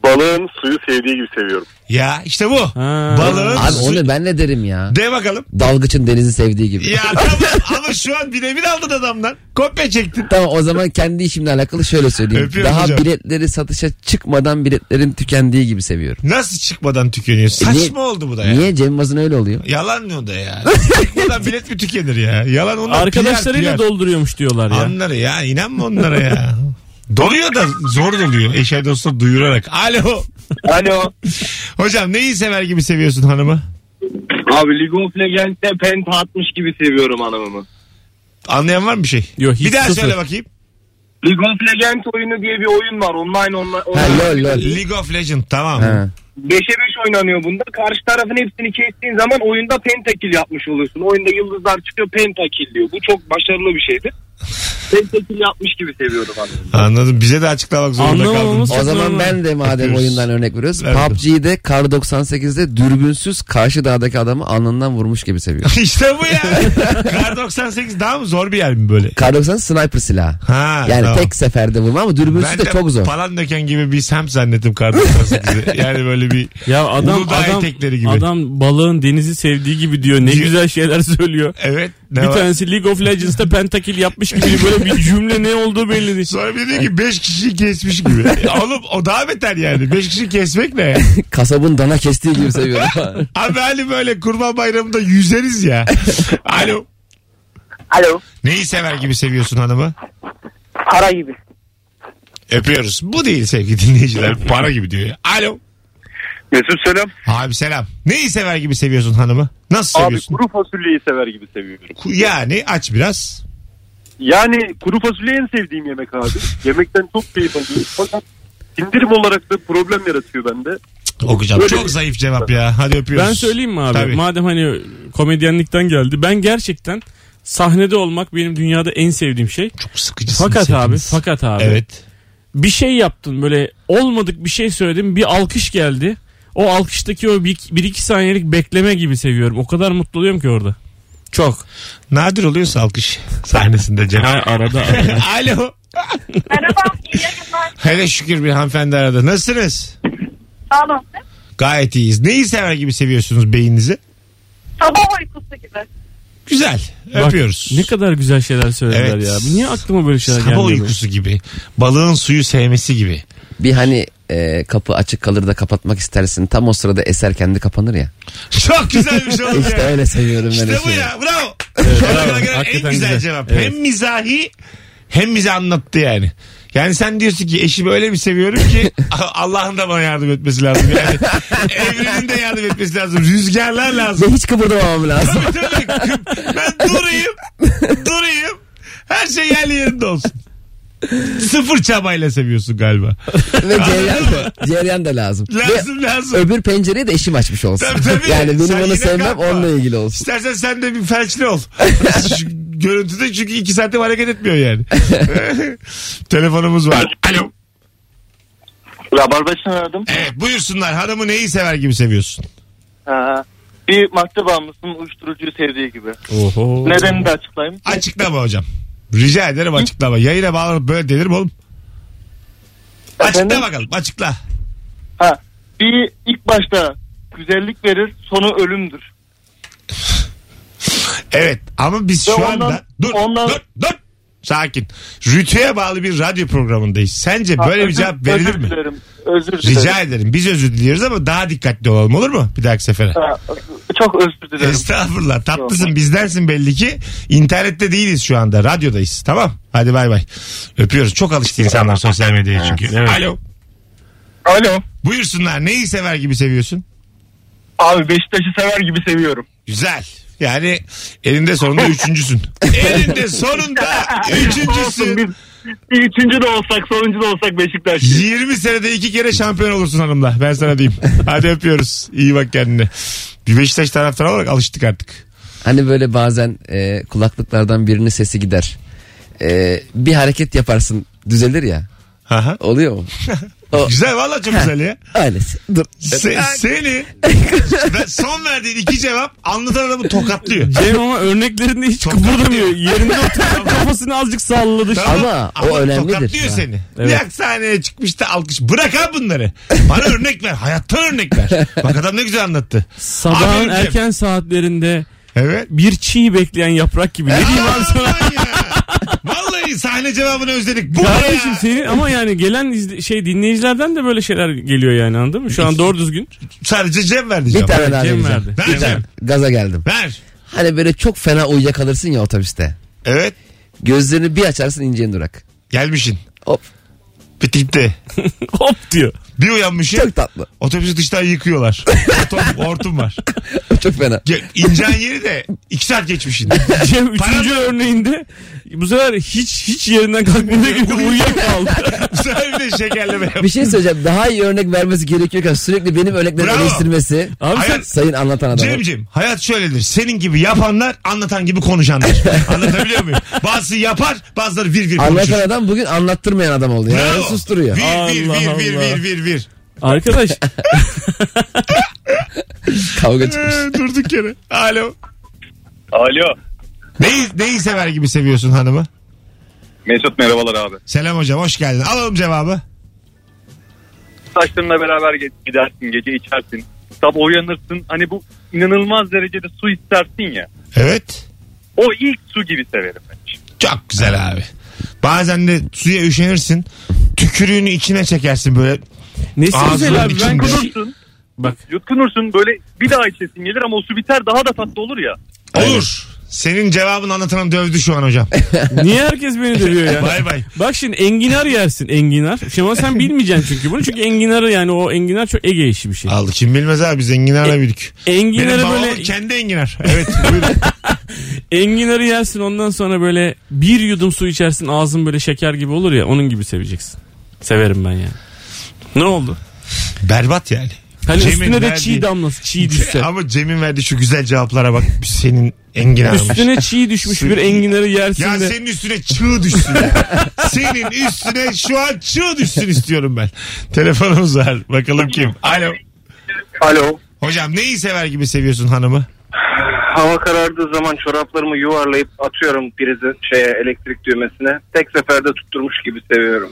[SPEAKER 5] balığın suyu sevdiği gibi seviyorum.
[SPEAKER 2] Ya işte bu.
[SPEAKER 4] Ha.
[SPEAKER 2] Balığın
[SPEAKER 3] Abi
[SPEAKER 2] su-
[SPEAKER 3] onu ben ne derim ya.
[SPEAKER 2] De bakalım.
[SPEAKER 3] Dalgıçın denizi sevdiği gibi. *laughs*
[SPEAKER 2] Ya tamam ama şu an birebir aldın adamdan. Kopya çektin.
[SPEAKER 3] Tamam o zaman kendi işimle alakalı şöyle söyleyeyim.
[SPEAKER 2] Öpüyorum
[SPEAKER 3] Daha
[SPEAKER 2] hocam.
[SPEAKER 3] biletleri satışa çıkmadan biletlerin tükendiği gibi seviyorum.
[SPEAKER 2] Nasıl çıkmadan tükeniyor?
[SPEAKER 3] E,
[SPEAKER 2] Saçma
[SPEAKER 3] niye-
[SPEAKER 2] oldu bu da ya.
[SPEAKER 3] Niye Cem Yılmaz'ın öyle oluyor?
[SPEAKER 2] Yalan ne o da ya? *laughs* Çıkmadan bilet mi tükenir ya? Yalan onlar.
[SPEAKER 4] Arkadaşlarıyla
[SPEAKER 2] PR, PR.
[SPEAKER 4] dolduruyormuş diyorlar ya.
[SPEAKER 2] Anları ya inanma onlara ya. Doluyor da zor doluyor. Eşer dostlar duyurarak. Alo.
[SPEAKER 6] Alo.
[SPEAKER 2] Hocam neyi sever gibi seviyorsun hanımı?
[SPEAKER 6] Abi Ligonfle Gent'te penta atmış gibi seviyorum hanımımı.
[SPEAKER 2] Anlayan var mı bir şey?
[SPEAKER 4] Yok, hiç
[SPEAKER 2] bir daha
[SPEAKER 4] sıfır.
[SPEAKER 2] söyle bakayım.
[SPEAKER 6] Ligonfle Gent oyunu diye bir oyun var. Online online.
[SPEAKER 3] Ha
[SPEAKER 6] online.
[SPEAKER 3] lol lol.
[SPEAKER 2] League of Legends tamam.
[SPEAKER 3] Ha.
[SPEAKER 6] 5'e 5 oynanıyor bunda. Karşı tarafın hepsini kestiğin zaman oyunda pentakil yapmış oluyorsun. Oyunda yıldızlar çıkıyor pentakil diyor. Bu çok başarılı bir şeydi. pentakil yapmış gibi seviyorum hanımımı.
[SPEAKER 2] Anladım. Bize de açıklamak zorunda
[SPEAKER 4] Anlamamamız-
[SPEAKER 2] kaldın.
[SPEAKER 3] O zaman
[SPEAKER 4] normal.
[SPEAKER 3] ben de madem
[SPEAKER 2] Öpüyoruz.
[SPEAKER 3] oyundan örnek veriyoruz.
[SPEAKER 2] Evet.
[SPEAKER 3] PUBG'de Kar 98'de dürbünsüz karşı dağdaki adamı alnından vurmuş gibi
[SPEAKER 2] *laughs*
[SPEAKER 3] seviyorum.
[SPEAKER 2] işte bu ya. Kar 98 daha mı zor bir yer mi böyle?
[SPEAKER 3] Kar 98 sniper silahı.
[SPEAKER 2] Ha,
[SPEAKER 3] Yani
[SPEAKER 2] tamam.
[SPEAKER 3] tek seferde vurma ama dürbünsüz
[SPEAKER 2] Ben
[SPEAKER 3] de, çok zor.
[SPEAKER 2] Palan döken gibi bir semt zannettim Kar 98'i. yani böyle bir
[SPEAKER 4] Ya adam
[SPEAKER 2] Uludağ
[SPEAKER 4] adam,
[SPEAKER 2] etekleri gibi.
[SPEAKER 4] adam balığın denizi sevdiği gibi diyor. Ne
[SPEAKER 2] Diyor.
[SPEAKER 4] güzel şeyler söylüyor.
[SPEAKER 2] evet ne
[SPEAKER 4] bir
[SPEAKER 2] var?
[SPEAKER 4] tanesi League of Legends'ta pentakil yapmış gibi böyle bir cümle ne olduğu belli değil.
[SPEAKER 2] Sonra bir de diyor ki 5 kişiyi kesmiş
[SPEAKER 4] *laughs*
[SPEAKER 2] gibi. Oğlum o daha beter yani. 5 kişi kesmek ne ya?
[SPEAKER 3] *laughs* Kasabın dana kestiği gibi seviyorum. *laughs*
[SPEAKER 2] Abi hani böyle kurban bayramında yüzeriz ya. Alo.
[SPEAKER 8] Alo.
[SPEAKER 2] Neyi sever gibi seviyorsun hanımı?
[SPEAKER 8] Para gibi.
[SPEAKER 2] Öpüyoruz. Bu değil sevgili dinleyiciler. Para gibi diyor ya. Alo.
[SPEAKER 5] Mesut selam.
[SPEAKER 2] Abi selam. Neyi sever gibi seviyorsun hanımı? Nasıl
[SPEAKER 5] Abi
[SPEAKER 2] seviyorsun?
[SPEAKER 5] kuru fasulyeyi sever gibi seviyorum.
[SPEAKER 2] Ku- Yani aç biraz.
[SPEAKER 5] Yani kuru fasulye en sevdiğim yemek abi. Yemekten çok keyif alıyorum. Fakat sindirim olarak da problem yaratıyor bende.
[SPEAKER 2] Okuyacağım.
[SPEAKER 5] Böyle-
[SPEAKER 2] Çok zayıf cevap ya. Hadi öpüyoruz.
[SPEAKER 4] Ben söyleyeyim mi abi?
[SPEAKER 2] Tabii.
[SPEAKER 4] Madem hani komedyenlikten geldi. Ben gerçekten sahnede olmak benim dünyada en sevdiğim şey.
[SPEAKER 2] Çok sıkıcısın.
[SPEAKER 4] Fakat
[SPEAKER 2] sevginiz.
[SPEAKER 4] abi, fakat abi.
[SPEAKER 2] Evet.
[SPEAKER 4] Bir şey yaptın böyle olmadık bir şey söyledim. Bir alkış geldi. O alkıştaki o bir, bir iki saniyelik bekleme gibi seviyorum. O kadar mutlu oluyorum ki orada. Çok.
[SPEAKER 2] Nadir oluyorsa alkış sahnesinde Cem.
[SPEAKER 4] Her arada. arada.
[SPEAKER 2] *laughs* Alo.
[SPEAKER 7] Merhaba, iyi yayınlar.
[SPEAKER 2] Hele şükür bir hanımefendi arada. Nasılsınız?
[SPEAKER 7] Sağ olun.
[SPEAKER 2] Gayet iyiyiz. Neyi sever gibi seviyorsunuz beyninizi?
[SPEAKER 7] Sabah uykusu gibi.
[SPEAKER 2] Güzel.
[SPEAKER 4] Bak,
[SPEAKER 2] Öpüyoruz.
[SPEAKER 4] ne kadar güzel şeyler söylediler
[SPEAKER 2] Evet.
[SPEAKER 4] ya. Niye aklıma böyle şeyler
[SPEAKER 2] Sabah
[SPEAKER 4] gelmiyor? benim?
[SPEAKER 2] uykusu gibi. Balığın suyu sevmesi gibi.
[SPEAKER 3] bir hani e, kapı açık kalır da kapatmak istersin. Tam o sırada eser kendi kapanır ya.
[SPEAKER 2] Çok güzelmiş oğlum
[SPEAKER 3] İşte
[SPEAKER 2] ya.
[SPEAKER 3] öyle seviyorum ben
[SPEAKER 2] İşte bu
[SPEAKER 3] eşeği.
[SPEAKER 2] ya. Bravo.
[SPEAKER 4] Evet,
[SPEAKER 2] Şu ana
[SPEAKER 4] bravo.
[SPEAKER 2] kadar gelen en güzel,
[SPEAKER 4] Hakikaten güzel.
[SPEAKER 2] cevap.
[SPEAKER 4] Evet.
[SPEAKER 2] Hem mizahi hem bize anlattı yani. Yani sen diyorsun ki eşimi öyle bir seviyorum ki *laughs* Allah'ın da bana yardım etmesi lazım.
[SPEAKER 4] *laughs*
[SPEAKER 2] Yani evrenin de yardım etmesi lazım. Rüzgarlar lazım.
[SPEAKER 4] *laughs*
[SPEAKER 3] Ve hiç kıpırdamam lazım.
[SPEAKER 2] Tabii tabii. Ben durayım. Durayım. Her şey yerli yerinde olsun. Sıfır çabayla seviyorsun galiba.
[SPEAKER 3] *laughs* Ve cereyan da, cereyan da lazım.
[SPEAKER 2] Lazım
[SPEAKER 3] Ve
[SPEAKER 2] lazım.
[SPEAKER 3] öbür pencereyi de eşim açmış olsun.
[SPEAKER 2] Tabii, tabii.
[SPEAKER 3] Yani benim
[SPEAKER 2] Sen yine
[SPEAKER 3] onu sevmem
[SPEAKER 2] kalkma.
[SPEAKER 3] onunla ilgili olsun.
[SPEAKER 2] İstersen sen de bir felçli ol. Şu Görüntüde çünkü iki saatte hareket etmiyor yani. Telefonumuz var. Alo.
[SPEAKER 8] Rabarbaşını aradım.
[SPEAKER 2] Evet Ee, buyursunlar. Hanımı neyi sever gibi seviyorsun?
[SPEAKER 8] Ha, bir madde bağımlısının uyuşturucuyu sevdiği gibi.
[SPEAKER 4] Oho.
[SPEAKER 8] Nedenini de açıklayayım.
[SPEAKER 2] Açıklama hocam. Rica ederim açıklama. Yayına bağlanıp böyle denir mi oğlum? Açıkla
[SPEAKER 8] Efendim?
[SPEAKER 2] bakalım açıkla.
[SPEAKER 8] Ha, bir ilk başta güzellik verir sonu ölümdür.
[SPEAKER 2] Evet ama biz
[SPEAKER 8] Ve
[SPEAKER 2] şu
[SPEAKER 8] ondan-
[SPEAKER 2] anda... Dur
[SPEAKER 8] ondan-
[SPEAKER 2] dur dur. Sakin. Rütüye bağlı bir radyo programındayız. Sence
[SPEAKER 8] Ha,
[SPEAKER 2] böyle bir
[SPEAKER 8] özür-
[SPEAKER 2] cevap verilir
[SPEAKER 8] özür
[SPEAKER 2] mi?
[SPEAKER 8] Dilerim, özür dilerim.
[SPEAKER 2] Rica ederim. Biz özür diliyoruz ama daha dikkatli olalım olur mu? Bir dahaki sefere.
[SPEAKER 8] Ha, çok özür dilerim.
[SPEAKER 2] Estağfurullah. Tatlısın bizdensin belli ki. İnternette değiliz şu anda. Radyodayız. Tamam. Hadi bay bay. Öpüyoruz. Çok alıştı insanlar sosyal medyaya çünkü. Alo.
[SPEAKER 5] Alo.
[SPEAKER 2] Buyursunlar. Neyi sever gibi seviyorsun?
[SPEAKER 5] Abi Beşiktaş'ı sever gibi seviyorum.
[SPEAKER 2] Güzel. Yani elinde
[SPEAKER 5] *laughs*
[SPEAKER 2] sonunda üçüncüsün. elinde sonunda üçüncüsün.
[SPEAKER 8] Bir üçüncü de olsak sonuncu da olsak Beşiktaş.
[SPEAKER 2] 20 senede iki kere şampiyon olursun hanımla. Ben sana diyeyim. Hadi öpüyoruz. İyi bak kendine. Bir Beşiktaş taraftarı olarak alıştık artık.
[SPEAKER 3] Hani böyle bazen e, kulaklıklardan birinin sesi gider. E, bir hareket yaparsın düzelir ya.
[SPEAKER 2] Aha.
[SPEAKER 3] Oluyor mu? O,
[SPEAKER 2] Güzel valla çok güzel ya.
[SPEAKER 3] öylesi. Dur.
[SPEAKER 2] Se- seni Ben son verdiğin iki cevap anlatan adamı tokatlıyor.
[SPEAKER 4] Cem ama örneklerinde hiç
[SPEAKER 2] Çok
[SPEAKER 4] kıpırdamıyor. Yerinde oturuyor. kafasını azıcık salladı.
[SPEAKER 3] Ama o önemlidir.
[SPEAKER 2] Tokatlıyor
[SPEAKER 3] Ha.
[SPEAKER 2] seni.
[SPEAKER 4] Evet.
[SPEAKER 2] Bir sahneye çıkmış da alkış. Bırak abi bunları. Bana örnek ver. Hayattan örnek ver. Bak adam ne güzel anlattı.
[SPEAKER 4] Sabahın
[SPEAKER 2] Aferin Cem.
[SPEAKER 4] erken saatlerinde
[SPEAKER 2] Evet.
[SPEAKER 4] bir çiğ bekleyan yaprak gibi. Ne diyeyim abi sana?
[SPEAKER 2] Aman ya. Vallahi sahne cevabını özledik. *laughs* Bu ne
[SPEAKER 4] Kardeşim
[SPEAKER 2] ya?
[SPEAKER 4] senin ama yani gelen izle- şey dinleyicilerden de böyle şeyler geliyor yani anladın mı? Şu an doğru düzgün. *laughs*
[SPEAKER 2] Sadece Cem verdi
[SPEAKER 3] Bir
[SPEAKER 2] cevabı.
[SPEAKER 3] tane daha
[SPEAKER 4] Cem
[SPEAKER 3] vereceğim.
[SPEAKER 4] verdi.
[SPEAKER 2] Ver
[SPEAKER 3] Bir tane.
[SPEAKER 2] Cem.
[SPEAKER 3] Gaza geldim.
[SPEAKER 2] Ver.
[SPEAKER 3] Hani böyle çok fena uyuyakalırsın ya otobüste.
[SPEAKER 2] Evet.
[SPEAKER 3] Gözlerini bir açarsın ineceğin durak.
[SPEAKER 2] Gelmişin.
[SPEAKER 3] Hop
[SPEAKER 2] Bitikti.
[SPEAKER 4] Hop diyor.
[SPEAKER 2] Bir uyanmışım.
[SPEAKER 3] çok tatlı.
[SPEAKER 2] Otobüsü dıştan yıkıyorlar. Hortum, hortum var.
[SPEAKER 3] Çok fena.
[SPEAKER 2] Ge- İneceğin yeri de iki saat geçmişin. *laughs*
[SPEAKER 4] *laughs* Cem
[SPEAKER 2] Para-
[SPEAKER 4] üçüncü örneğinde bu sefer hiç hiç yerinden kalkmadığı
[SPEAKER 2] *laughs*
[SPEAKER 4] gibi uyuyakaldı.
[SPEAKER 2] Bu sefer bir de şekerleme yap.
[SPEAKER 3] Bir şey söyleyeceğim. Daha iyi örnek vermesi gerekiyorken sürekli benim örneklerimi
[SPEAKER 2] Bravo.
[SPEAKER 3] eleştirmesi.
[SPEAKER 4] Abi sen
[SPEAKER 2] Hayat-
[SPEAKER 3] Sayın anlatan adam.
[SPEAKER 2] Cem'cim hayat şöyledir. Senin gibi yapanlar anlatan gibi
[SPEAKER 3] *laughs*
[SPEAKER 2] konuşanlar. Anlatabiliyor muyum? Bazısı yapar bazıları vir vir konuşur.
[SPEAKER 3] Anlatan adam bugün anlattırmayan adam oldu. ya. Yani susturuyor.
[SPEAKER 2] Vir vir
[SPEAKER 4] Allah
[SPEAKER 2] vir vir
[SPEAKER 4] Allah.
[SPEAKER 2] vir vir vir.
[SPEAKER 4] arkadaş
[SPEAKER 3] Kavga çıkmış.
[SPEAKER 2] Ee, Durduk yere. Alo.
[SPEAKER 6] Alo.
[SPEAKER 2] Neyi, neyi sever gibi seviyorsun hanımı?
[SPEAKER 6] Mesut merhabalar abi.
[SPEAKER 2] Selam hocam hoş geldin. Alalım cevabı.
[SPEAKER 8] Saçlarınla beraber ge- gidersin gece içersin. Sabah uyanırsın. Hani bu inanılmaz derecede su istersin ya.
[SPEAKER 2] Evet.
[SPEAKER 8] O ilk su gibi severim ben.
[SPEAKER 2] Çok güzel abi. Bazen de suya üşenirsin. Tükürüğünü içine çekersin böyle.
[SPEAKER 4] nesi
[SPEAKER 2] Ağzının
[SPEAKER 4] güzel abi ben
[SPEAKER 2] içinde.
[SPEAKER 8] Yutkunursun.
[SPEAKER 4] Bak
[SPEAKER 8] Yutkunursun böyle bir daha içesin gelir ama o su biter daha da tatlı olur ya.
[SPEAKER 2] Olur. Senin cevabını anlatanı dövdü şu an hocam.
[SPEAKER 4] niye herkes beni dövüyor ya?
[SPEAKER 2] Bay bay.
[SPEAKER 4] Bak şimdi enginar yersin enginar. Şema sen bilmeyeceksin çünkü bunu. Çünkü enginarı yani o enginar çok Ege işi bir şey.
[SPEAKER 2] Aldı. Kim bilmez abi biz enginarla büyüdük. Benim
[SPEAKER 4] Enginarı
[SPEAKER 2] babamın
[SPEAKER 4] böyle
[SPEAKER 2] kendi enginar. Evet buyurun.
[SPEAKER 4] enginarı yersin ondan sonra böyle bir yudum su içersin ağzın böyle şeker gibi olur ya onun gibi seveceksin. Severim ben yani. Ne oldu?
[SPEAKER 2] Berbat yani.
[SPEAKER 4] Hani
[SPEAKER 2] Cem'in
[SPEAKER 4] üstüne de
[SPEAKER 2] verdiği-
[SPEAKER 4] çiğ damlası çiğ düşse.
[SPEAKER 2] Ama Cem'in verdiği şu güzel cevaplara bak. Senin enginarmış.
[SPEAKER 4] Üstüne çiğ düşmüş bir enginarı yersin
[SPEAKER 2] Ya
[SPEAKER 4] de.
[SPEAKER 2] senin üstüne çığ düşsün. ya. senin üstüne şu an çığ düşsün istiyorum ben. Telefonumuz var. Bakalım kim? Alo.
[SPEAKER 5] Alo.
[SPEAKER 2] Hocam neyi sever gibi seviyorsun hanımı?
[SPEAKER 5] Hava karardığı zaman çoraplarımı yuvarlayıp atıyorum prizin şeye elektrik düğmesine. Tek seferde tutturmuş gibi seviyorum.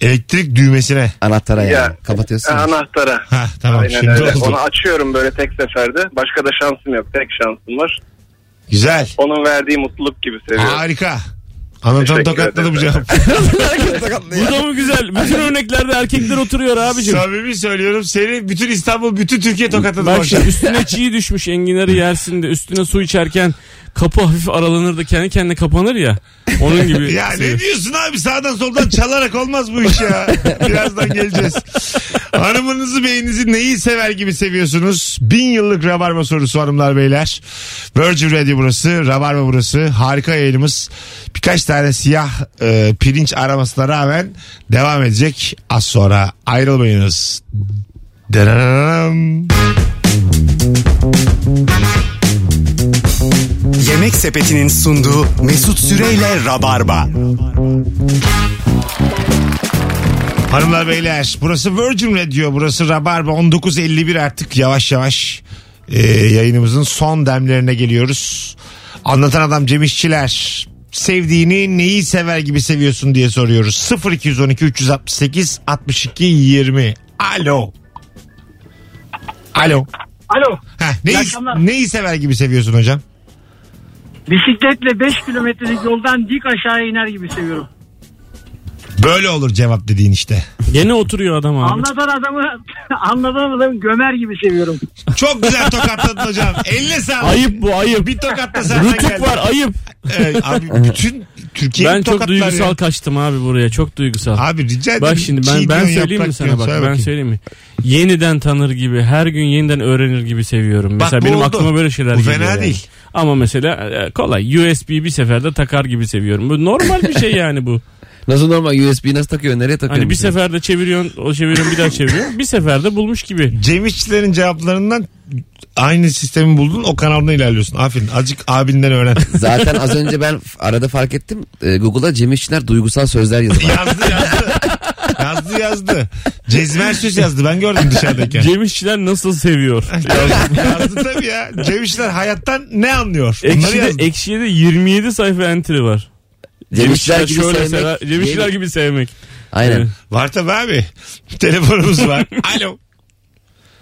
[SPEAKER 2] Elektrik düğmesine.
[SPEAKER 3] Anahtara yani.
[SPEAKER 5] Ya,
[SPEAKER 3] Kapatıyorsun.
[SPEAKER 5] E, Anahtara.
[SPEAKER 2] Ha tamam
[SPEAKER 5] Aynen
[SPEAKER 2] şimdi
[SPEAKER 5] öyle.
[SPEAKER 2] oldu.
[SPEAKER 5] Onu açıyorum böyle tek seferde. Başka da şansım yok. Tek şansım var.
[SPEAKER 2] Güzel.
[SPEAKER 5] Onun verdiği mutluluk gibi seviyorum.
[SPEAKER 2] Harika. Anlatan
[SPEAKER 5] Teşekkür
[SPEAKER 2] tokatladı bu
[SPEAKER 5] ederim.
[SPEAKER 2] cevap.
[SPEAKER 4] Bu da mı güzel? Bütün örneklerde erkekler oturuyor abicim.
[SPEAKER 2] Samimi söylüyorum seni bütün İstanbul bütün Türkiye tokatladı. bu
[SPEAKER 4] Bak
[SPEAKER 2] akşam.
[SPEAKER 4] şimdi üstüne çiğ
[SPEAKER 2] *laughs*
[SPEAKER 4] düşmüş enginarı yersin de üstüne su içerken kapı hafif aralanır da kendi kendine kapanır ya.
[SPEAKER 2] *laughs*
[SPEAKER 4] Onun gibi.
[SPEAKER 2] Ya
[SPEAKER 4] seviyor.
[SPEAKER 2] ne diyorsun abi sağdan soldan çalarak olmaz bu iş ya.
[SPEAKER 4] *laughs*
[SPEAKER 2] Birazdan geleceğiz. Hanımınızı beyninizi neyi sever gibi seviyorsunuz? Bin yıllık Rabarba sorusu hanımlar beyler. Virgin Radio burası, Rabarba burası. Harika yayınımız. Birkaç tane siyah e, pirinç aramasına rağmen devam edecek. Az sonra ayrılmayınız. Dırırırım.
[SPEAKER 1] Yemek Sepeti'nin sunduğu Mesut Süreyle Rabarba.
[SPEAKER 2] Hanımlar beyler burası Virgin Radio burası Rabarba 19.51 artık yavaş yavaş e, yayınımızın son demlerine geliyoruz. Anlatan adam Cem İşçiler sevdiğini neyi sever gibi seviyorsun diye soruyoruz. 0212 368 62 20 Alo. Alo.
[SPEAKER 9] Alo.
[SPEAKER 2] Heh, neyi,
[SPEAKER 9] akşamlar.
[SPEAKER 2] neyi sever gibi seviyorsun hocam?
[SPEAKER 9] Bisikletle 5 kilometrelik yoldan dik aşağıya iner gibi seviyorum.
[SPEAKER 2] Böyle olur cevap dediğin işte.
[SPEAKER 4] Gene oturuyor adam abi.
[SPEAKER 9] Anlatan adamı *laughs* anlatan adamı gömer gibi seviyorum.
[SPEAKER 2] Çok güzel tokatladın hocam. Elle sağlık.
[SPEAKER 4] Ayıp bu ayıp.
[SPEAKER 2] Bir tokatla senden
[SPEAKER 4] Rütük
[SPEAKER 2] geldi.
[SPEAKER 4] var ayıp.
[SPEAKER 2] Evet, abi bütün Türkiye'yi
[SPEAKER 4] ben çok
[SPEAKER 2] tokatlar ya.
[SPEAKER 4] duygusal kaçtım abi buraya. Çok duygusal.
[SPEAKER 2] Abi rica ederim.
[SPEAKER 4] Bak şimdi ben
[SPEAKER 2] Çiğ diyorsun,
[SPEAKER 4] ben söyleyeyim mi
[SPEAKER 2] yaprak
[SPEAKER 4] sana
[SPEAKER 2] diyorsun.
[SPEAKER 4] bak
[SPEAKER 2] Söyle
[SPEAKER 4] ben
[SPEAKER 2] bakayım.
[SPEAKER 4] söyleyeyim mi? Yeniden tanır gibi her gün yeniden öğrenir gibi
[SPEAKER 2] Bak,
[SPEAKER 4] seviyorum. Mesela
[SPEAKER 2] bu
[SPEAKER 4] benim
[SPEAKER 2] oldu.
[SPEAKER 4] aklıma böyle şeyler
[SPEAKER 2] Bu
[SPEAKER 4] geliyor.
[SPEAKER 2] fena
[SPEAKER 4] yani.
[SPEAKER 2] değil.
[SPEAKER 4] Ama mesela e, kolay USB bir seferde takar gibi seviyorum. Bu normal bir şey
[SPEAKER 2] *laughs*
[SPEAKER 4] yani bu.
[SPEAKER 3] Nasıl normal USB nasıl takıyor? Nereye takıyor?
[SPEAKER 4] Hani bir seferde çeviriyorsun, o çeviriyorsun bir daha çeviriyorsun. Bir seferde bulmuş gibi.
[SPEAKER 2] Cem İşçilerin cevaplarından aynı sistemi buldun o kanalda ilerliyorsun. Aferin azıcık abinden
[SPEAKER 4] *laughs*
[SPEAKER 2] öğren.
[SPEAKER 3] Zaten az önce ben f- arada fark ettim. Ee, Google'a Cem İşçiler duygusal sözler
[SPEAKER 4] *laughs*
[SPEAKER 3] yazıyor.
[SPEAKER 2] yazdı yazdı. yazdı yazdı. Cezmer Süs yazdı ben gördüm dışarıdayken.
[SPEAKER 4] Cem İşçiler nasıl seviyor?
[SPEAKER 2] *laughs* yazdı, yazdı tabii ya. Cem İşçiler hayattan ne anlıyor? Bunları
[SPEAKER 4] Ekşi'de,
[SPEAKER 2] yazdı.
[SPEAKER 4] Ekşi'de 27 sayfa entry var.
[SPEAKER 3] Cemişler gibi
[SPEAKER 4] şöyle
[SPEAKER 3] sevmek.
[SPEAKER 4] sever. Cemişler
[SPEAKER 3] Yeni-
[SPEAKER 4] gibi sevmek.
[SPEAKER 3] Aynen.
[SPEAKER 4] Evet.
[SPEAKER 2] Var tabii abi. Telefonumuz var. Alo.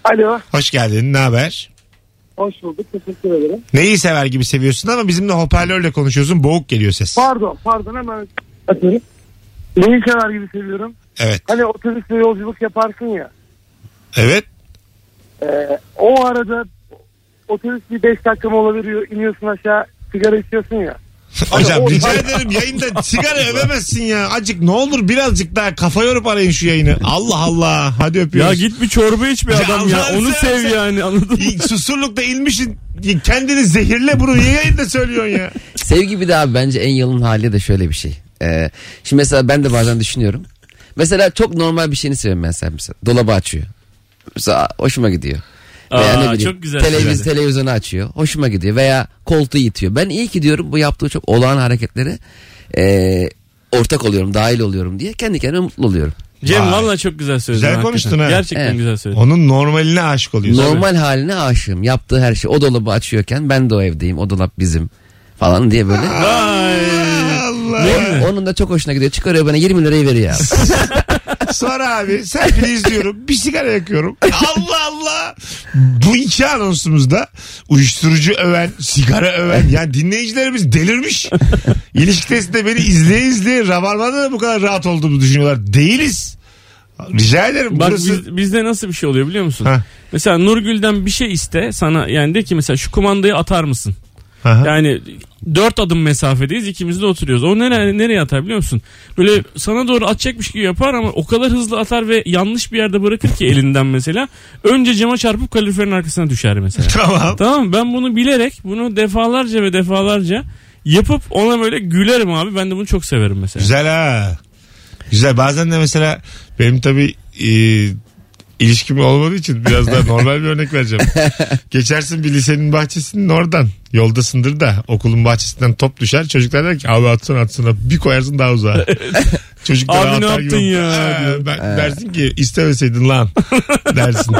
[SPEAKER 5] Alo.
[SPEAKER 2] Hoş geldin. Ne haber?
[SPEAKER 5] Hoş bulduk. Teşekkür ederim.
[SPEAKER 2] Neyi sever gibi seviyorsun ama bizimle hoparlörle konuşuyorsun. Boğuk geliyor ses.
[SPEAKER 5] Pardon. Pardon hemen atıyorum. Neyi sever gibi seviyorum.
[SPEAKER 2] Evet.
[SPEAKER 5] Hani otobüste yolculuk yaparsın ya.
[SPEAKER 2] Evet.
[SPEAKER 5] Ee, o arada otobüs bir 5 dakika mola veriyor. İniyorsun aşağı sigara içiyorsun ya.
[SPEAKER 2] Hocam
[SPEAKER 5] o-
[SPEAKER 2] rica
[SPEAKER 4] *laughs*
[SPEAKER 2] ederim yayında sigara övemezsin ya. Acık ne olur birazcık daha kafa yorup arayın şu yayını. Allah Allah. Hadi
[SPEAKER 4] Ya
[SPEAKER 2] öpüyoruz.
[SPEAKER 4] git bir çorba iç bir
[SPEAKER 2] Ya
[SPEAKER 4] adam ya.
[SPEAKER 2] Allah'ını
[SPEAKER 4] Onu sev
[SPEAKER 2] seversen-
[SPEAKER 4] yani anladın mı?
[SPEAKER 2] İlk Susurlukta inmişin kendini zehirle bunu niye yayında söylüyorsun ya?
[SPEAKER 3] Sevgi bir de abi bence en yalın hali de şöyle bir şey. Ee, şimdi mesela ben de bazen düşünüyorum. Mesela çok normal bir şeyini seviyorum ben sen mesela. Dolabı açıyor. Mesela hoşuma gidiyor.
[SPEAKER 4] Aa,
[SPEAKER 3] ne bileyim,
[SPEAKER 4] çok güzel
[SPEAKER 3] Televiz,
[SPEAKER 4] söyledi.
[SPEAKER 3] televizyonu açıyor. Hoşuma gidiyor. Veya koltuğu itiyor. Ben iyi ki diyorum bu yaptığı çok olağan hareketlere ee, ortak oluyorum, dahil oluyorum diye kendi kendime mutlu oluyorum.
[SPEAKER 4] Cem
[SPEAKER 2] Vay.
[SPEAKER 4] valla çok güzel söyledin.
[SPEAKER 2] Güzel
[SPEAKER 4] hakikaten.
[SPEAKER 2] konuştun ha.
[SPEAKER 4] Gerçekten
[SPEAKER 3] Evet.
[SPEAKER 4] güzel söyledin.
[SPEAKER 2] Onun normaline aşık oluyorsun.
[SPEAKER 3] Normal haline aşığım. Yaptığı her şey. O dolabı açıyorken ben de o evdeyim. O dolap bizim falan diye böyle.
[SPEAKER 2] Allah.
[SPEAKER 3] Onun- Onun da çok hoşuna gidiyor. Çıkarıyor bana 20 lirayı
[SPEAKER 4] *laughs*
[SPEAKER 3] veriyor. abi.
[SPEAKER 2] Sonra abi selfie'ni izliyorum. Bir sigara yakıyorum. Allah Allah. Bu iki anonsumuzda uyuşturucu öven, sigara öven. Yani dinleyicilerimiz delirmiş. İlişki testinde beni izleye izleye Rabarba'da da bu kadar rahat olduğumu düşünüyorlar. Değiliz. Rica ederim.
[SPEAKER 4] Bak
[SPEAKER 2] burası...
[SPEAKER 4] biz- bizde nasıl bir şey oluyor biliyor musun?
[SPEAKER 2] Ha.
[SPEAKER 4] Mesela Nurgül'den bir şey iste sana yani de ki mesela şu kumandayı atar mısın?
[SPEAKER 2] Aha.
[SPEAKER 4] Yani dört adım mesafedeyiz ikimiz de oturuyoruz. O nereye, nereye atar biliyor musun? Böyle sana doğru atacakmış gibi yapar ama o kadar hızlı atar ve yanlış bir yerde bırakır ki elinden mesela. Önce cama çarpıp kaloriferin arkasına düşer mesela.
[SPEAKER 2] Tamam.
[SPEAKER 4] tamam mı? ben bunu bilerek bunu defalarca ve defalarca yapıp ona böyle gülerim abi. Ben de bunu çok severim mesela.
[SPEAKER 2] Güzel ha. Güzel. Bazen de mesela benim tabii e, ilişkim olmadığı için biraz daha normal bir örnek vereceğim. Geçersin bir lisenin bahçesinin oradan. Yoldasındır da okulun bahçesinden top düşer. Çocuklar der ki abi atsana atsana bir koyarsın daha
[SPEAKER 4] *laughs*
[SPEAKER 2] uzağa. Çocuklar
[SPEAKER 4] Abi ne
[SPEAKER 2] atar
[SPEAKER 4] yaptın
[SPEAKER 2] gibi.
[SPEAKER 4] ya?
[SPEAKER 2] Ha,
[SPEAKER 4] diyor.
[SPEAKER 2] ben, dersin ki istemeseydin
[SPEAKER 4] *laughs*
[SPEAKER 2] lan dersin.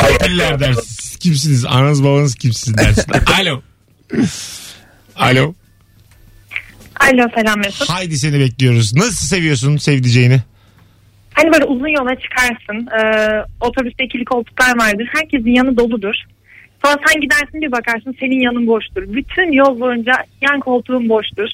[SPEAKER 2] Katiller dersin. Siz Kimsiniz? Ananız babanız kimsiniz
[SPEAKER 4] *laughs*
[SPEAKER 2] dersin. Alo. Alo.
[SPEAKER 7] *laughs* Alo selam Mesut.
[SPEAKER 2] Haydi seni bekliyoruz. Nasıl seviyorsun sevdiceğini?
[SPEAKER 7] Hani böyle uzun yola çıkarsın. Ee, otobüste ikili koltuklar vardır. Herkesin yanı doludur. Sonra sen gidersin bir bakarsın senin yanın boştur. Bütün yol boyunca yan koltuğun boştur.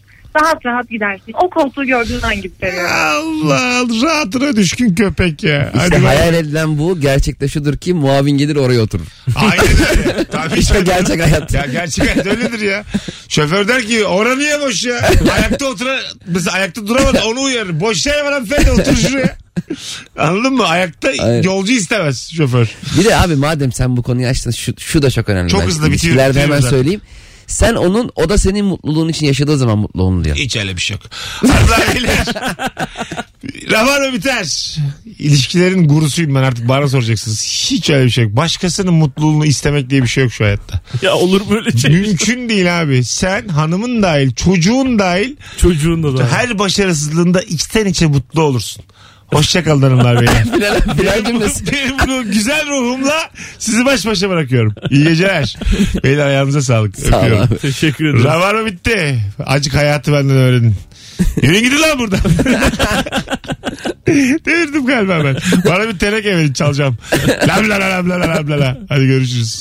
[SPEAKER 7] Rahat rahat gidersin. O koltuğu gördüğün an gibi seviyorum.
[SPEAKER 2] Allah rahatına düşkün köpek ya.
[SPEAKER 3] İşte
[SPEAKER 2] Hadi
[SPEAKER 3] hayal edilen bu. Gerçekte şudur ki muavin gelir oraya
[SPEAKER 2] *laughs*
[SPEAKER 3] oturur.
[SPEAKER 2] Aynen öyle. Tabii
[SPEAKER 3] İşte
[SPEAKER 2] canım.
[SPEAKER 3] gerçek hayat.
[SPEAKER 2] Ya gerçek hayat öyledir ya. Şoför der ki ora niye boş ya? Ayakta oturan mesela ayakta duramadı onu uyarır. Boş yer var hanımefendi otur şuraya. Anladın mı? Ayakta
[SPEAKER 3] Aynen.
[SPEAKER 2] yolcu istemez şoför.
[SPEAKER 3] Bir de abi madem sen bu konuyu açtın şu, şu da çok önemli.
[SPEAKER 2] Çok
[SPEAKER 3] bence.
[SPEAKER 2] hızlı bitiyor-
[SPEAKER 3] İlişkilerde
[SPEAKER 2] bitiyor
[SPEAKER 3] hemen
[SPEAKER 2] zaten.
[SPEAKER 3] söyleyeyim. Sen onun o da senin mutluluğun için yaşadığı zaman mutlu
[SPEAKER 2] *laughs*
[SPEAKER 3] olun diyor.
[SPEAKER 2] Hiç öyle bir şey yok. Hanımlar beyler. Rabarba biter. İlişkilerin gurusuyum ben artık bana soracaksınız. Hiç öyle bir şey yok. Başkasının mutluluğunu istemek diye bir şey yok şu hayatta.
[SPEAKER 4] Ya olur böyle şey.
[SPEAKER 2] Mümkün değil abi. Sen hanımın dahil, çocuğun dahil
[SPEAKER 4] Çocuğun da da.
[SPEAKER 2] her başarısızlığında içten içe mutlu olursun. Hoşçakalın hanımlar beyler.
[SPEAKER 3] Final, final cümlesi.
[SPEAKER 2] *laughs* Benim bunu güzel ruhumla sizi baş başa bırakıyorum. İyi geceler. Beyler ayağınıza sağlık.
[SPEAKER 3] Sağ ol
[SPEAKER 2] Öpüyorum.
[SPEAKER 3] abi.
[SPEAKER 4] Teşekkür ederim.
[SPEAKER 2] Rabarba bitti. Acık hayatı benden öğrenin. Yürüyün gidin lan buradan. *laughs* Devirdim galiba ben. Bana bir teneke verin çalacağım. Lam la la lam la la lam la la. Hadi görüşürüz.